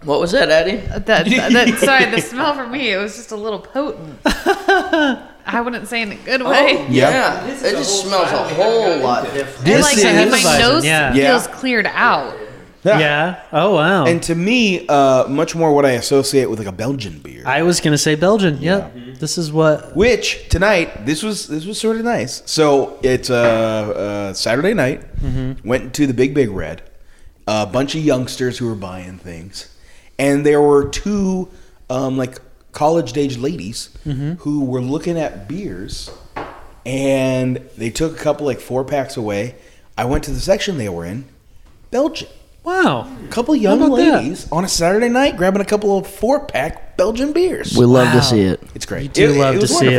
what was that, Eddie?
That, that, sorry, the smell for me, it was just a little potent. I wouldn't say in a good
Oh,
way.
Yeah, it just smells a whole lot different.
This
like,
is
I mean, my
Hefeweizen,
nose
yeah.
Yeah.
feels cleared out.
Yeah.
Yeah. Oh, wow.
And to me, uh, much more what I associate with like a Belgian beer.
I was going to say Belgian. Yep.
Mm-hmm.
This is what.
Which tonight, this was this was sort of nice. So it's uh, uh, Saturday night.
Mm-hmm.
Went to the Big Big Red. A bunch of youngsters who were buying things, and there were two um, like college age ladies
Mm-hmm.
who were looking at beers, and they took a couple like four packs away. I went to the section they were in, Belgian.
Wow.
A couple young
about that?
ladies on a Saturday night grabbing a couple of four pack Belgian beers.
We love to see it.
It's great. You
do love to see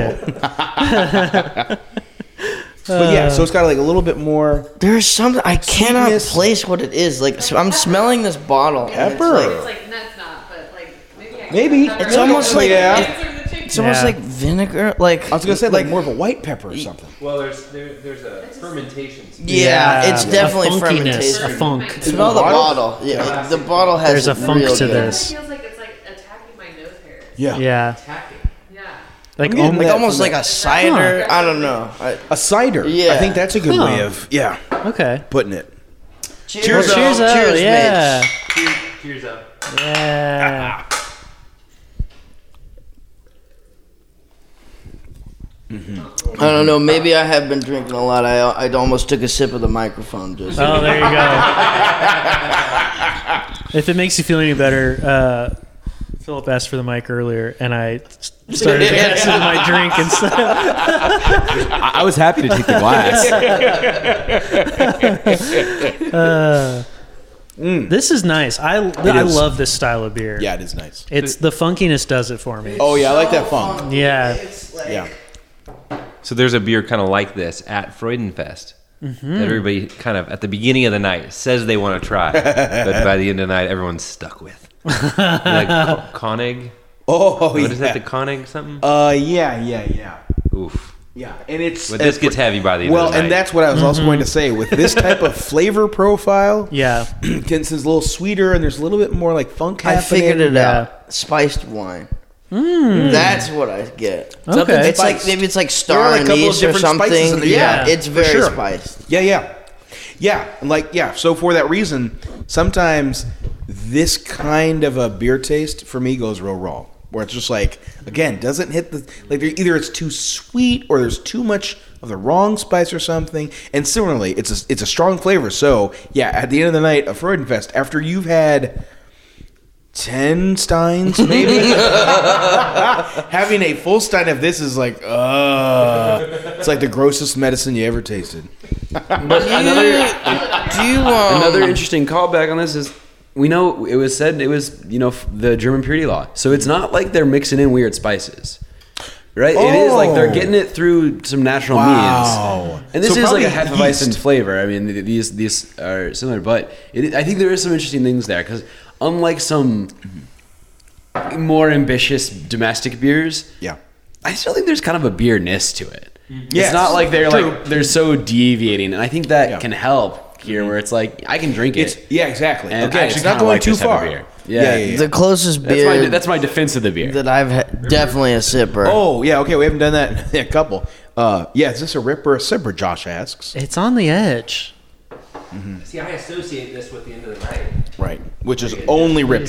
*laughs* but yeah, so it's got like a little bit more.
There's something I cannot
Sweetness.
place what it is. Like so I'm smelling this bottle. and it's
Pepper.
like-
like nuts not, but like maybe. I
Maybe.
It's almost like-
Yeah.
It's almost
Yeah.
like vinegar. Like
I was gonna say like, more of a white pepper or something.
Well, there's there, there's a fermentation.
yeah, it's definitely
a funkiness,
fermentation.
a funk.
Smell the bottle. Yeah, like, the bottle has
There's a funk
real
to
good-
this.
feels like it's like attacking my nose hairs.
Yeah.
Yeah,
Yeah.
like oh
getting
almost,
Like almost like a cider. I don't know. I,
A cider.
Yeah.
I think that's a good
Huh.
way of yeah
okay.
putting it.
cheers,
Well, cheers,
up.
up,
Cheers,
yeah,
mates.
Cheers up.
yeah.
I don't know. Maybe I have been drinking a lot. I I almost took a sip of the microphone just.
Oh, there you go. *laughs* if it makes you feel any better, uh, Philip asked for the mic earlier, and I s- started to pass him my
*laughs*
drink instead.
I, I was happy to take the glass.
This is nice. I I
is.
love this style of beer.
Yeah, it is nice.
it's the funkiness does it for me.
Oh yeah, I like that funk.
Yeah.
Yeah.
So there's a beer kind of like this at Freudenfest.
Mm-hmm.
That everybody kind of at the beginning of the night says they want to
*laughs*
try, but by the end of the night, everyone's stuck with. like
*laughs*
Ko- Koenig,
Oh
what is that? The
yeah.
Koenig something?
Uh yeah yeah yeah
Oof.
yeah, and it's
But this gets heavy by the end.
well,
of the night.
and that's what I was also going to say with this type of flavor profile.
Yeah.
*clears throat* It's a little sweeter, and there's a little bit more like funk.
I
happening.
figured it
Yeah.
out. Spiced wine. That's what I get.
Okay.
It's like maybe it's like
are,
star
like, a couple of
anise or
different spices in
something.
there.
Yeah,
Yeah,
it's
for
very
sure.
spiced.
Yeah, yeah. Yeah, and like yeah, so for that reason, sometimes this kind of a beer taste for me goes real wrong. Where it's just like again, doesn't hit the like there- either it's too sweet or there's too much of the wrong spice or something. And similarly, it's a, it's a strong flavor. So, yeah, at the end of the night, a Freudenfest after you've had 10 steins maybe *laughs* having a full stein of this is like uh it's like the grossest medicine you ever tasted.
But another, do you um,
Another interesting callback on this is we know it was said it was you know f- the German purity law, so it's not like they're mixing in weird spices. Right, it is like
Oh.
they're getting it through some natural
Wow.
means, and this
So
is like
probably
a Hefeweizen
yeast.
flavor. I mean, th- these these are similar, but it, I think there is some interesting things there because unlike some more ambitious domestic beers,
Mm-hmm. Yeah.
I still think there's kind of a beerness to it.
Mm-hmm. Yes,
it's not like they're
true.
like they're so deviating, and I think that
Yeah.
can help here, where it's like I can drink it.
It's yeah, exactly.
And I
okay, it's
actually
not
kinda
going
like
too
this type of
far.
beer.
Yeah,
Yeah.
yeah, yeah.
the closest
that's
beer
my that's my defense of the beer.
that I've had, definitely a sipper.
Oh yeah, okay. We haven't done that *laughs* in a couple. Uh, yeah, is this a rip or a sipper? Josh asks.
It's on the edge.
See, I associate this with the end of the night.
Right, which is only ripping. *laughs*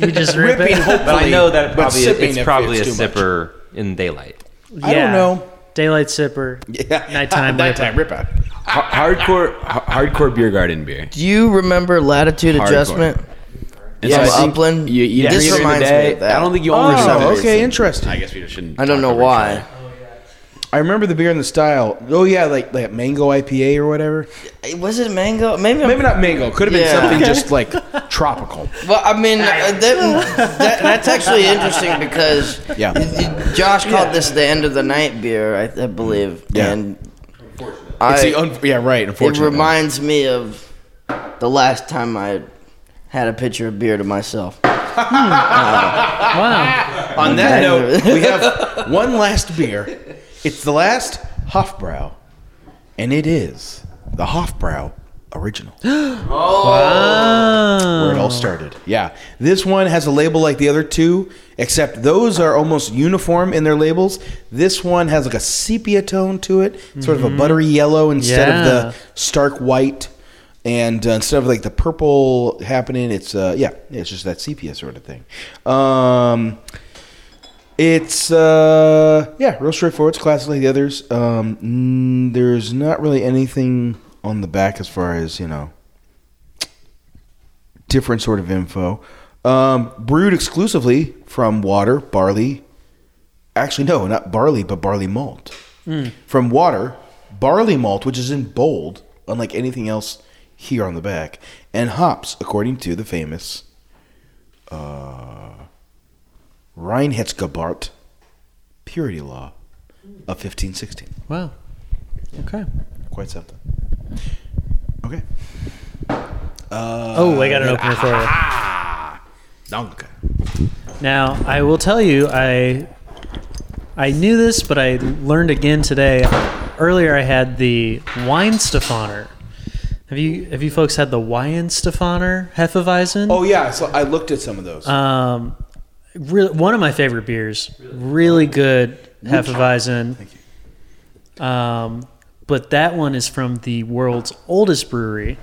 You just rip
Ripping,
it.
hopefully,
But I know that it
but
probably
sipping
it's
if
probably a
it's too much.
sipper in daylight.
I don't
Yeah.
know.
Daylight sipper.
Yeah,
Nighttime
nighttime
ripper.
rip out.
Har- hardcore ha- hardcore beer garden beer.
Do you remember latitude
Hardcore.
adjustment?
And
Yeah,
I think
Upland.
You eat
This
it during the
reminds me
day.
of that.
I don't think you only serve
Oh,
it.
okay, interesting.
I guess we shouldn't.
I
talk
don't know
over each
why.
other.
I remember the beer in the style. Oh yeah, like like mango IPA or whatever.
Eh, Was it mango? Maybe. I'm-
Maybe not mango. Could have been
Yeah.
something *laughs* just like tropical.
Well, I mean, uh, that, that, that's actually interesting because
*laughs* Yeah.
Josh called this the end of the night beer, I, I believe.
Yeah.
And
It's the
I,
un- yeah, right.
it
Unfortunately,
reminds me of the last time I had a pitcher of beer to myself.
Hmm.
*laughs*
Wow.
On that note, we have one last beer. It's the last Hofbrau, and it is the Hofbrau original, where it
Oh.
all started. Yeah, this one has a label like the other two, except those are almost uniform in their labels. This one has like a sepia tone to it, sort of a buttery yellow instead
Yeah.
of the stark white. And uh, instead of like the purple happening, it's uh, yeah, it's just that sepia sort of thing. Um, it's uh yeah, real straightforward. It's classic like the others. Um, mm, there's not really anything on the back as far as you know different sort of info. Um, brewed exclusively from water, barley. Actually, no, not barley, but barley malt. From water, barley malt, which is in bold, unlike anything else here on the back, and hops, according to the famous uh, Reinheitsgebot purity law of 1516.
Wow. Okay.
Quite something. Okay.
Oh, I got an opener for *laughs* you.
Danke.
Now, I will tell you, I I knew this, but I learned again today. Earlier, I had the wine Stefaner. Have you have you folks had the wine Stefaner Hefeweizen?
Oh yeah, so I looked at some of those.
Uh.
Um, really, one of my favorite beers. Really good Hefeweizen. Thank you. Um, but that one is from the world's oldest brewery,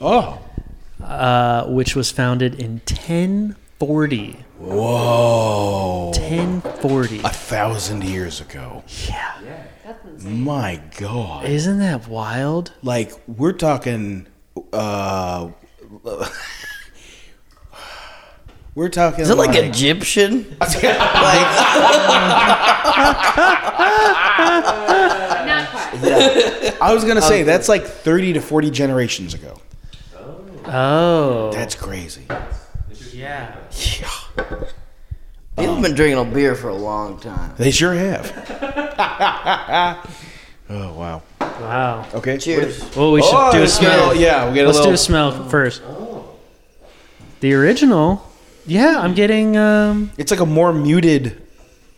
oh,
uh, which was founded in 1040.
whoa,
1040.
a thousand years ago.
Yeah.
My God.
Isn't that wild?
like we're talking uh *laughs* we're talking
Is it like Egyptian?
Not quite.
I was gonna say that's like 30 to 40 generations ago
Oh.
that's crazy
yeah.
People have been drinking a beer for a long time.
they sure
*laughs*
have oh wow
Wow.
okay
Cheers.
Well, we should
Oh,
do a
let's get a
smell.
little- yeah, we get a
Let's do
little-
a smell first. The original. Yeah, I'm getting. Um,
it's like a more muted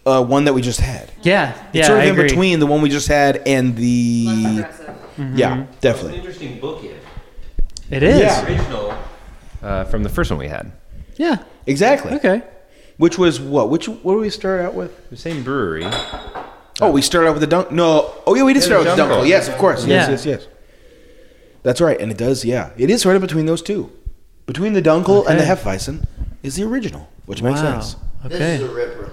uh, one that we just had
yeah, yeah.
it's sort of
I
in
agree.
between the one we just had and the yeah definitely
Interesting book yet.
It is.
Yeah.
Yeah.
Original
uh, from the first one we had.
exactly
Okay.
which was what which what did we start out with
The same brewery.
Oh, we started out with the dunk. No. Oh, yeah, we did start out with the
Dunkel.
dunkel. Yes, of course. Yes,
Yeah.
yes, yes. That's right. And it does, yeah. It is sort of between those two. Between the dunkel and the
Okay.
Hefeweizen is the original, which makes
Wow.
sense.
This is
Okay.
a ripper.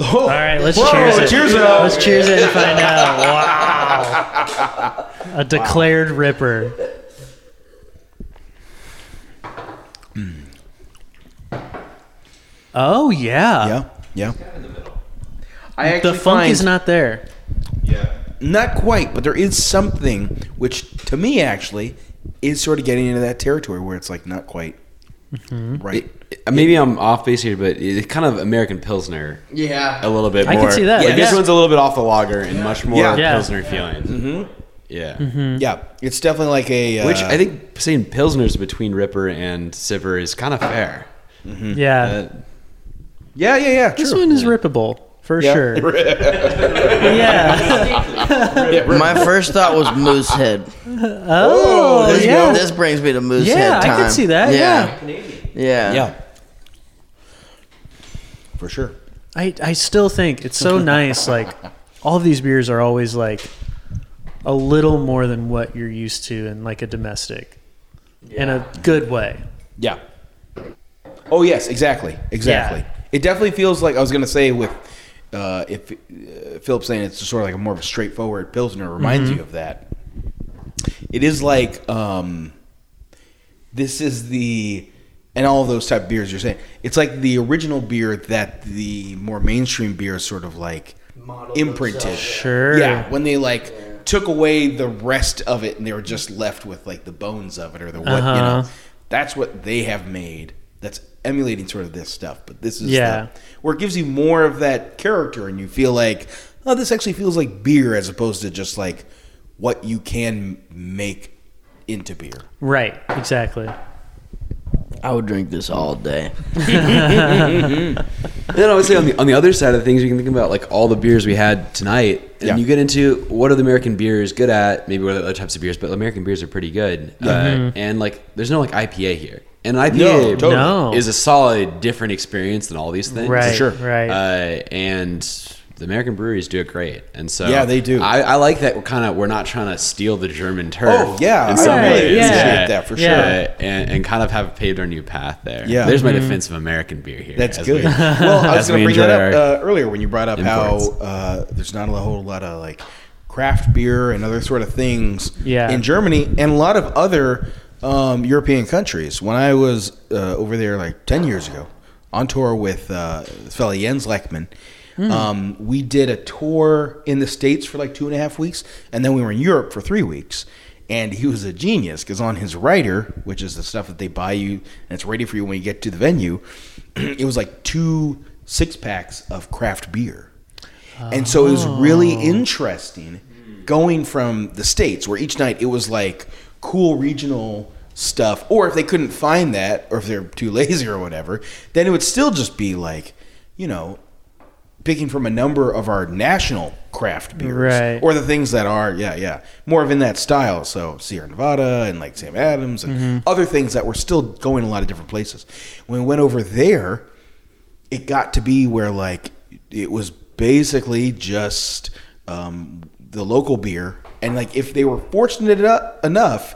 Oh,
All right. Let's
Whoa,
cheers it.
cheers it up.
Let's cheers it and
*laughs*
find out. Wow. A declared ripper.
Hmm.
Oh yeah.
Yeah, yeah. I
The
actually
funk
find-
is not there.
Not quite, but there is something which, to me, actually, is sort of getting into that territory where it's like not quite
Mm-hmm.
right.
Uh, Maybe I'm off base here, but it's kind of American Pilsner
Yeah.
a little bit
I
more.
can see that.
Like,
Yeah.
This one's a little bit off the lager and much more
Yeah.
Yeah.
Pilsner feeling. Mm-hmm. Yeah.
Mm-hmm.
yeah, it's definitely like a. Uh,
Which I think saying Pilsner's between Ripper and Sipper is kind of fair.
Yeah.
Uh,
Yeah, yeah, yeah.
This
true.
one is rippable for
Yeah.
sure. yeah.
My first thought was moose head.
Oh,
this,
yeah.
this brings me to moose
Yeah,
head
I
time.
can see that. Yeah.
Yeah.
Yeah. For sure.
I, I still think it's so nice. Like, all of these beers are always like a little more than what you're used to in like a domestic, in a good way.
Yeah. Oh yes, exactly, exactly. It definitely feels like I was gonna say with uh, if uh, Philip saying it's sort of like a more of a straightforward pilsner reminds you of that. It is like um, this is the and all of those type of beers you're saying. It's like the original beer that the more mainstream beers sort of like imprinted.
Sure.
Yeah, when they like took away the rest of it and they were just left with like the bones of it or the what you
Uh-huh.
know. That's what they have made. That's emulating sort of this stuff, but this is
Yeah.
the, where it gives you more of that character and you feel like oh this actually feels like beer as opposed to just like what you can make into beer.
Right. Exactly.
I would drink this all day.
then I would say on the on the other side of things, you can think about like all the beers we had tonight, and
Yeah.
you get into what are the American beers good at? Maybe what are the other types of beers, but American beers are pretty good. Uh, and like, there's no like IPA here, and an IPA
Mm-hmm. totally.
No.
is a solid different experience than all these things.
Right.
sure.
Right.
Uh, and the American breweries do it great, and so
Yeah, they do.
I, I like that we're kind of we're not trying to steal the German turf.
Oh, yeah,
in
I
some
really
ways.
appreciate
that for
Yeah.
Uh,
sure.
and, and kind of have paved our new path there.
Yeah.
there's
Mm-hmm.
my defense of American beer here.
That's
as
good. *laughs*
we-
well, I was
as we
going to bring
enjoy
that
our-
up uh, earlier when you brought up how
imports.
uh, there's not a whole lot of like craft beer and other sort of things
Yeah.
in Germany and a lot of other um, European countries. When I was uh, over there like 10 years ago on tour with uh, this fellow Jens Lechman, um, we did a tour in the States for like two and a half weeks, and then we were in Europe for three weeks. And he was a genius because on his writer, which is the stuff that they buy you and it's ready for you when you get to the venue, *clears throat* it was like two six packs of craft beer. And so it was really interesting going from the States, where each night it was like cool regional stuff, or if they couldn't find *laughs* that, or if they're too lazy or whatever, then it would still just be like, you know, picking from a number of our national craft beers,
Right.
Or the things that are, yeah, yeah, more of in that style. So Sierra Nevada and like Sam Adams and other things that were still going a lot of different places. When we went over there, it got to be where like it was basically just um, the local beer, and like if they were fortunate enou- enough,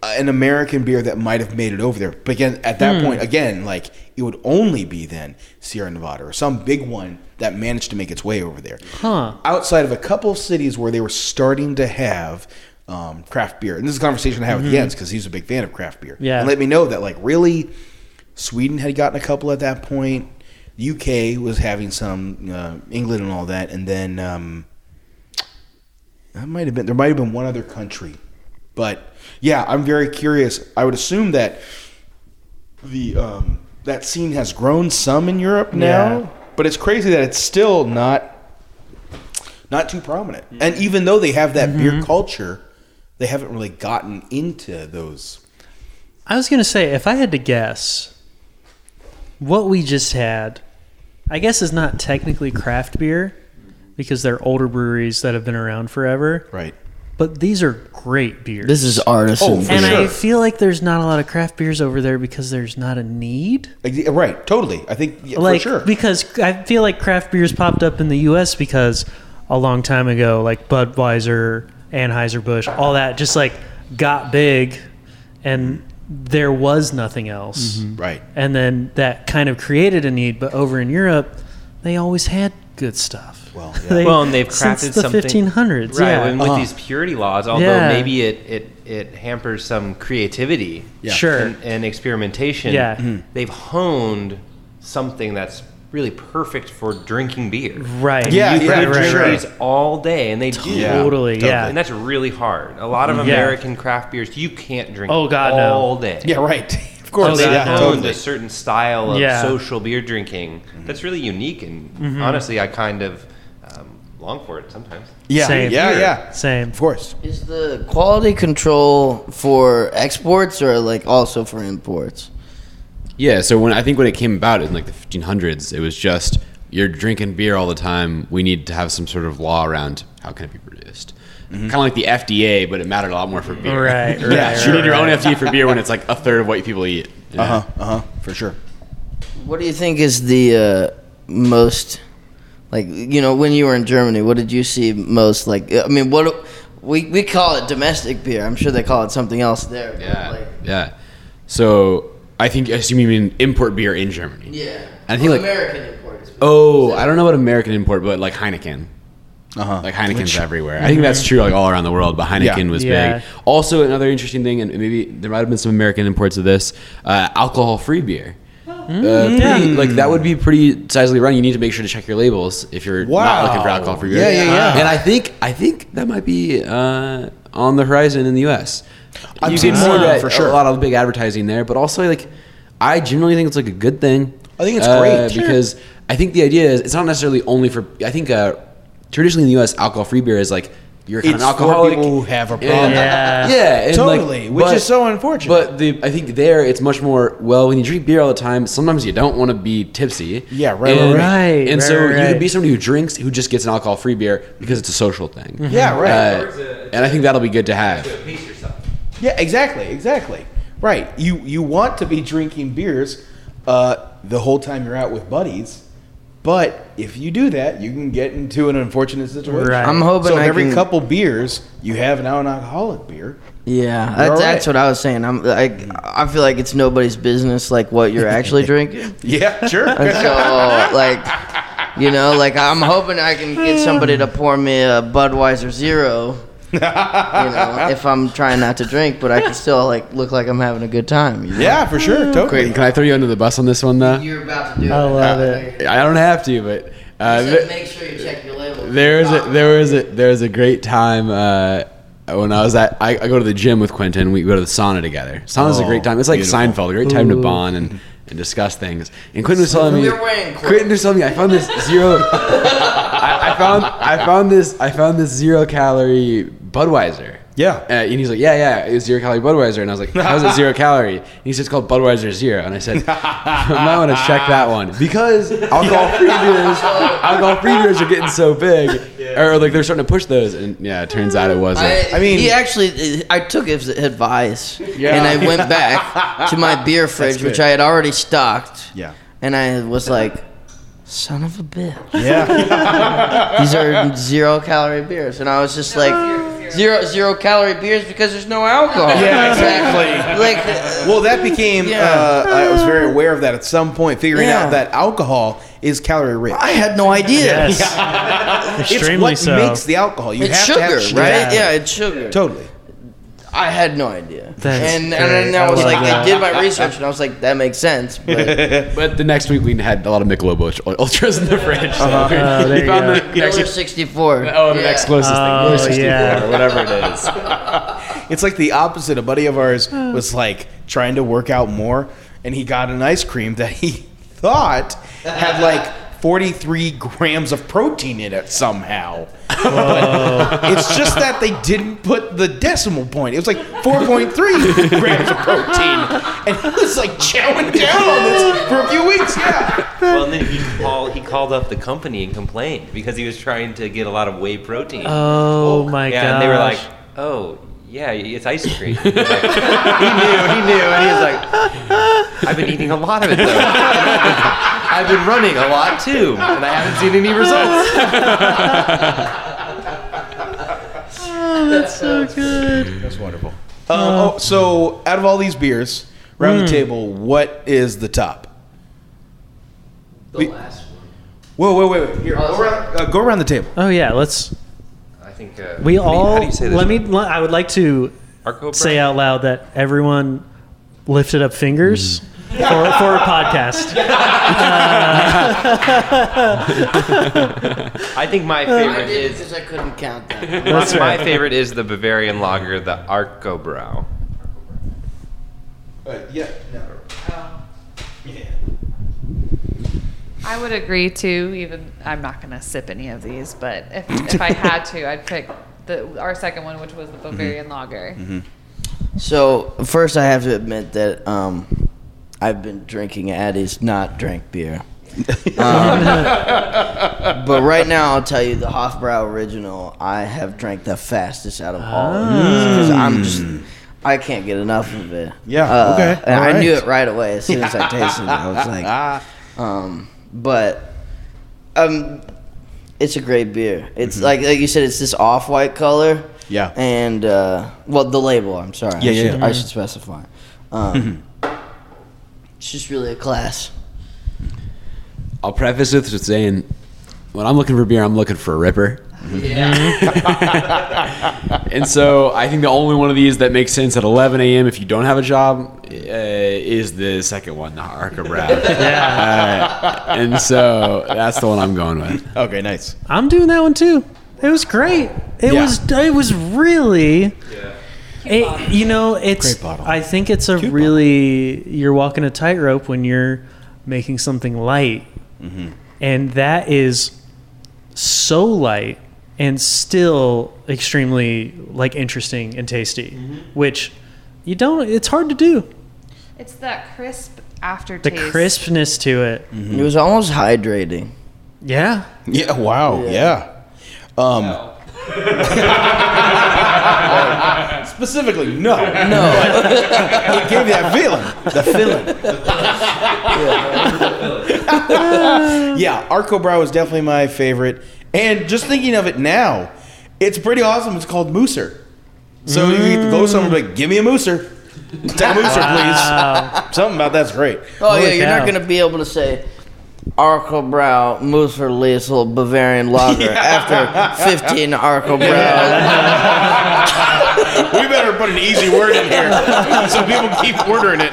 uh, an American beer that might have made it over there. But again, at that point, again, like it would only be then Sierra Nevada or some big one that managed to make its way over there. Huh. Outside of a couple of cities where they were starting to have um, craft beer. And this is a conversation I had with Jens because he's a big fan of craft beer.
Yeah.
And let me know that, like, really, Sweden had gotten a couple at that point. UK was having some, uh, England and all that. And then. Um, that might have been there might have been one other country. But yeah, I'm very curious. I would assume that the um, that scene has grown some in Europe now,
Yeah.
but it's crazy that it's still not not too prominent.
Mm-hmm.
And even though they have that beer culture, they haven't really gotten into those.
I was gonna say, if I had to guess, what we just had, I guess is not technically craft beer because they're older breweries that have been around forever.
Right.
But these are great beers.
This is artisan.
Oh, for
and
sure.
I feel like there's not a lot of craft beers over there because there's not a need.
Like, yeah, Right. Totally. I think yeah,
like
for sure.
because I feel like craft beers popped up in the U.S. because a long time ago, like Budweiser, Anheuser Busch, all that just like got big, and there was nothing else,
right.
and then that kind of created a need. But over in Europe, they always had good stuff. *laughs*
Well, yeah.
They-
Well, and they've crafted
since the
something-
1500s,
Right,
yeah,
and with
Uh-huh.
these purity laws, although
Yeah.
maybe it, it, it hampers some creativity
Yeah. Mm-hmm.
sure,
and, and experimentation,
Yeah.
they've honed something that's really perfect for drinking beer.
right,
Yeah,
You
yeah,
could
right,
drink
right.
these all day, and they do.
Yeah.
totally, yeah.
And that's really hard. A lot of
Yeah.
American craft beers, you can't drink
Oh, God, no.
all day.
Yeah. Right. *laughs* Of course.
They
God,
yeah.
no.
owned
Totally.
a certain style of
Yeah. Mm-hmm.
social beer drinking that's really unique, and honestly, I kind of um, long for it sometimes.
Yeah.
Same.
Yeah. Yeah.
Same.
Of course.
Is the quality control for exports or like also for imports?
uh,
Yeah, so when I think when it came about in like the 1500s, it was just you're drinking beer all the time. We need to have some sort of law around how can it be produced.
Mm-hmm.
Kind of like the FDA, but it mattered a lot more for beer. *laughs*
Right, right,
yeah, you need your own FDA for beer when it's like a third of what people
*laughs*
eat. Yeah.
Uh huh. Uh huh. For sure.
What do you think is the uh, most like you know when you were in Germany? What did you see most like? I mean, what we we call it domestic beer. I'm sure they call it something else there. but,
Yeah,
like,
yeah. So I think I assume you mean import beer in Germany.
yeah.
I think,
Well,
like-
American imports.
Oh, I don't know about American import, but like Heineken.
Uh huh.
Like Heineken's everywhere. I think that's true like all around the world, but Heineken
Yeah.
was
Yeah.
big. Also, another interesting thing, and maybe there might have been some American imports of this, uh, alcohol-free beer. Uh, pretty, Like that would be pretty sizely run. You need to make sure to check your labels if you're
Wow.
not looking for alcohol-free beer.
Yeah, yeah, yeah.
And I think I think that might be uh, on the horizon in the U.S.
I'm
you
seeing
get more
some,
of
for
for
sure.
sure. a lot of big advertising there, but also like I generally think it's like a good thing.
I think it's great. Sure.
Uh, because because I think the idea is it's not necessarily only for. I think uh, traditionally in the U.S., alcohol-free beer is like you're kind
It's
of
for
alcoholic.
people who have a problem.
And-
Yeah.
yeah, and, like,
Totally, which
but-
is so unfortunate.
But the, I think there it's much more. Well, when you drink beer all the time, sometimes you don't want to be tipsy.
Yeah, right, right,
And,
right. Right,
And so
right,
you
right.
could be somebody who drinks who just gets an alcohol-free beer because it's a social thing.
Yeah, right.
Uh, and I think that'll be good to have.
Pace
*laughs*
yourself.
yeah, exactly, exactly. Right. You you want to be drinking beers uh, the whole time you're out with buddies, but if you do that, you can get into an unfortunate situation.
Right.
I'm hoping
So
I
every
can-
couple beers, you have now an alcoholic beer.
Yeah,
You're all
that's, that's
right.
what I was saying. I'm like, I feel like it's nobody's business like what you're actually drinking.
Yeah, *laughs* sure.
And so, like, you know, like I'm hoping I can get somebody to pour me a Budweiser Zero. you know, if I'm trying not to drink, but I can still like look like I'm having a good time. you know?
yeah, for sure. Totally.
Can I throw you under the bus on this one though?
You're about to do
I
it.
love it.
I don't have to, but. Uh,
Just
th-
make sure you check your label.
There was a, there was a there was a great time uh, when I was at I, I go to the gym with Quentin. We go to the sauna together. Sauna's a great time. It's like Seinfeld, a great time to bond and, and discuss things. And Quentin was telling me,
You're wearing clothes.
Quentin was telling me, I found this zero. *laughs* I, I found I found this I found this zero calorie Budweiser.
Yeah.
Uh, and he's like, yeah, yeah, it's zero calorie Budweiser. And I was like, how's it zero calorie? And he said, it's called Budweiser Zero. And I said, I *laughs* might want to check that one because alcohol free beers, alcohol free beers are getting so big, or like they're starting to push those. And yeah, it turns out it wasn't.
I,
I mean-
mean, he actually, I took his advice, and I
*laughs*
went back to my beer fridge, which
good.
I had already stocked.
Yeah.
and I was like, "Son of a bitch,
Yeah.
*laughs* these are zero calorie beers," and I was just like, zero, zero calorie beers because there's no alcohol."
Yeah, exactly.
like, uh,
well, that became.
Yeah.
Uh, I was very aware of that at some point, figuring
Yeah.
out that alcohol is calorie rich.
I had no idea.
*laughs*
Yes.
it's
Extremely
what
so.
makes the alcohol. You
It's
have
sugar,
to have
Yeah.
right? Yeah. it's sugar.
Totally.
I had no idea.
That's
and
great.
and then I
I uh,
was
love
like,
that.
I did my research, and I was like, that makes
*laughs*
sense. But
But the next week we had a lot of Michelob Ultra- Ultras in the fridge. So
Oh, there
*laughs* we
you
found
go.
the next,
Miller 64.
oh, *laughs* the
yeah.
next closest
Oh,
thing, Miller 64,
yeah.
or whatever it is.
It's like the opposite. A buddy of ours was like trying to work out more, and he got an ice cream that he *laughs* thought had like 43 grams of protein in it somehow. But it's just that they didn't put the decimal point. It was like 4.3 grams of protein. And he was like chowing down on this for a few weeks. Yeah.
well, and then he called, he called up the company and complained because he was trying to get a lot of whey protein.
Oh my god.
yeah, and they were like, "Oh, yeah, it's ice
*laughs*
cream." he was like- he knew, he knew, and he was like, "I've been eating a lot of it though. *laughs* I've been running a lot too, and I haven't seen any
*laughs*
results."
so good.
That's wonderful. Um, oh, so, out of all these beers, round the table, what is the top?
The last one. Oh,
Whoa, wait, wait, wait. Here, go around, uh, go around the table.
Oh yeah, let's.
I think uh,
We all.
How do you say this?
let me. le- I would like to
Arco
say out loud that everyone lifted up fingers
Mm.
for, for a
*laughs*
podcast. Uh, *laughs*
I think my
Uh, I
favorite
did
is
because I couldn't count
*laughs*
that.
That's
my,
right.
my favorite is the Bavarian lager, the Arco Brow.
Uh,
yeah,
I would agree too. Even I'm not going to sip any of these, but if, if I had to, I'd pick the our second one, which was the Bavarian Lager.
So first, I have to admit that um, I've been drinking Addy's, not drink
*laughs*
beer. Um, but right now, I'll tell you the Hofbrau original. I have drank the fastest out of all. of these, 'cause I'm just, I can't get enough of it.
Mm. Yeah,
Uh,
okay,
And I
alright.
knew it right away as soon as I tasted it. I
*laughs*
was like, um, but um, it's a great beer. It's like like you said, it's this off white color.
Mm-hmm. Yeah.
And uh, well, the label. I'm sorry.
Yeah,
I
yeah,
Should,
yeah.
I should specify. Um, it's just really a class.
I'll preface this with saying, when I'm looking for beer, I'm looking for a ripper. *laughs* and so I think the only one of these that makes sense at 11 a.m. if you don't have a job uh, is the second one, the Arca Brown. yeah. and so that's the one I'm going with.
Okay, nice.
I'm doing that one too. It was great. It
Yeah.
was. It was really. It, you know, it's.
Great bottle.
I think it's a really. You're walking a tightrope when you're making something light,
Mm-hmm.
and that is so light and still extremely like interesting and tasty,
Mm-hmm.
which you don't. It's hard to do.
It's that crisp
The
aftertaste.
crispness to it.
Mm.
It was almost hydrating.
Yeah. *laughs*
Yeah. Wow. Yeah. Um, *laughs* specifically, no, no. it gave you that feeling, the *laughs* feeling. yeah, Arco Brow is definitely my favorite. And just thinking of it now, it's pretty awesome. It's called Mooser. So you can go somewhere and be like, "Give me a Mooser, take a Mooser, please." Something about that's great.
Oh yeah,
Holy
you're
cow.
not gonna be able to say. Arkle Brow, Mooser Liesel, Bavarian Lager. After 15 Arkle Brow,
We better put an easy word in here so people keep ordering it.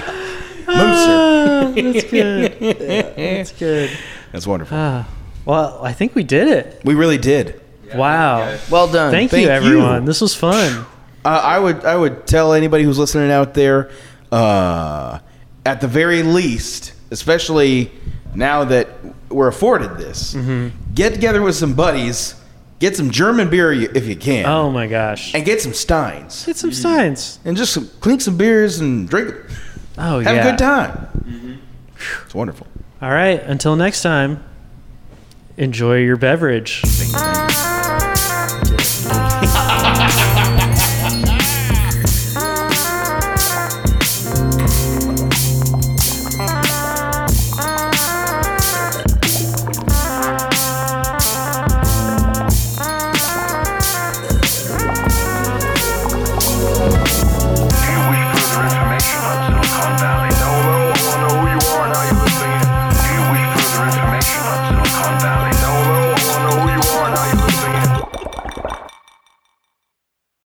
Oh, that's good. That's good.
That's wonderful.
Well, I think we did it.
Uh, we really did.
wow.
well done.
Thank,
Thank
you, everyone.
you.
This was fun.
Uh, I would I would tell anybody who's listening out there, uh, at the very least, Mm-hmm. especially now that we're afforded this, get together with some buddies, Get some German beer if you can,
Oh my gosh.
and get some Steins,
Get some steins.
and just some, clink some beers and drink. it.
Oh yeah.
Have a good time. Mm-hmm. It's wonderful.
All right. Until next time. Enjoy your beverage.
Thank you.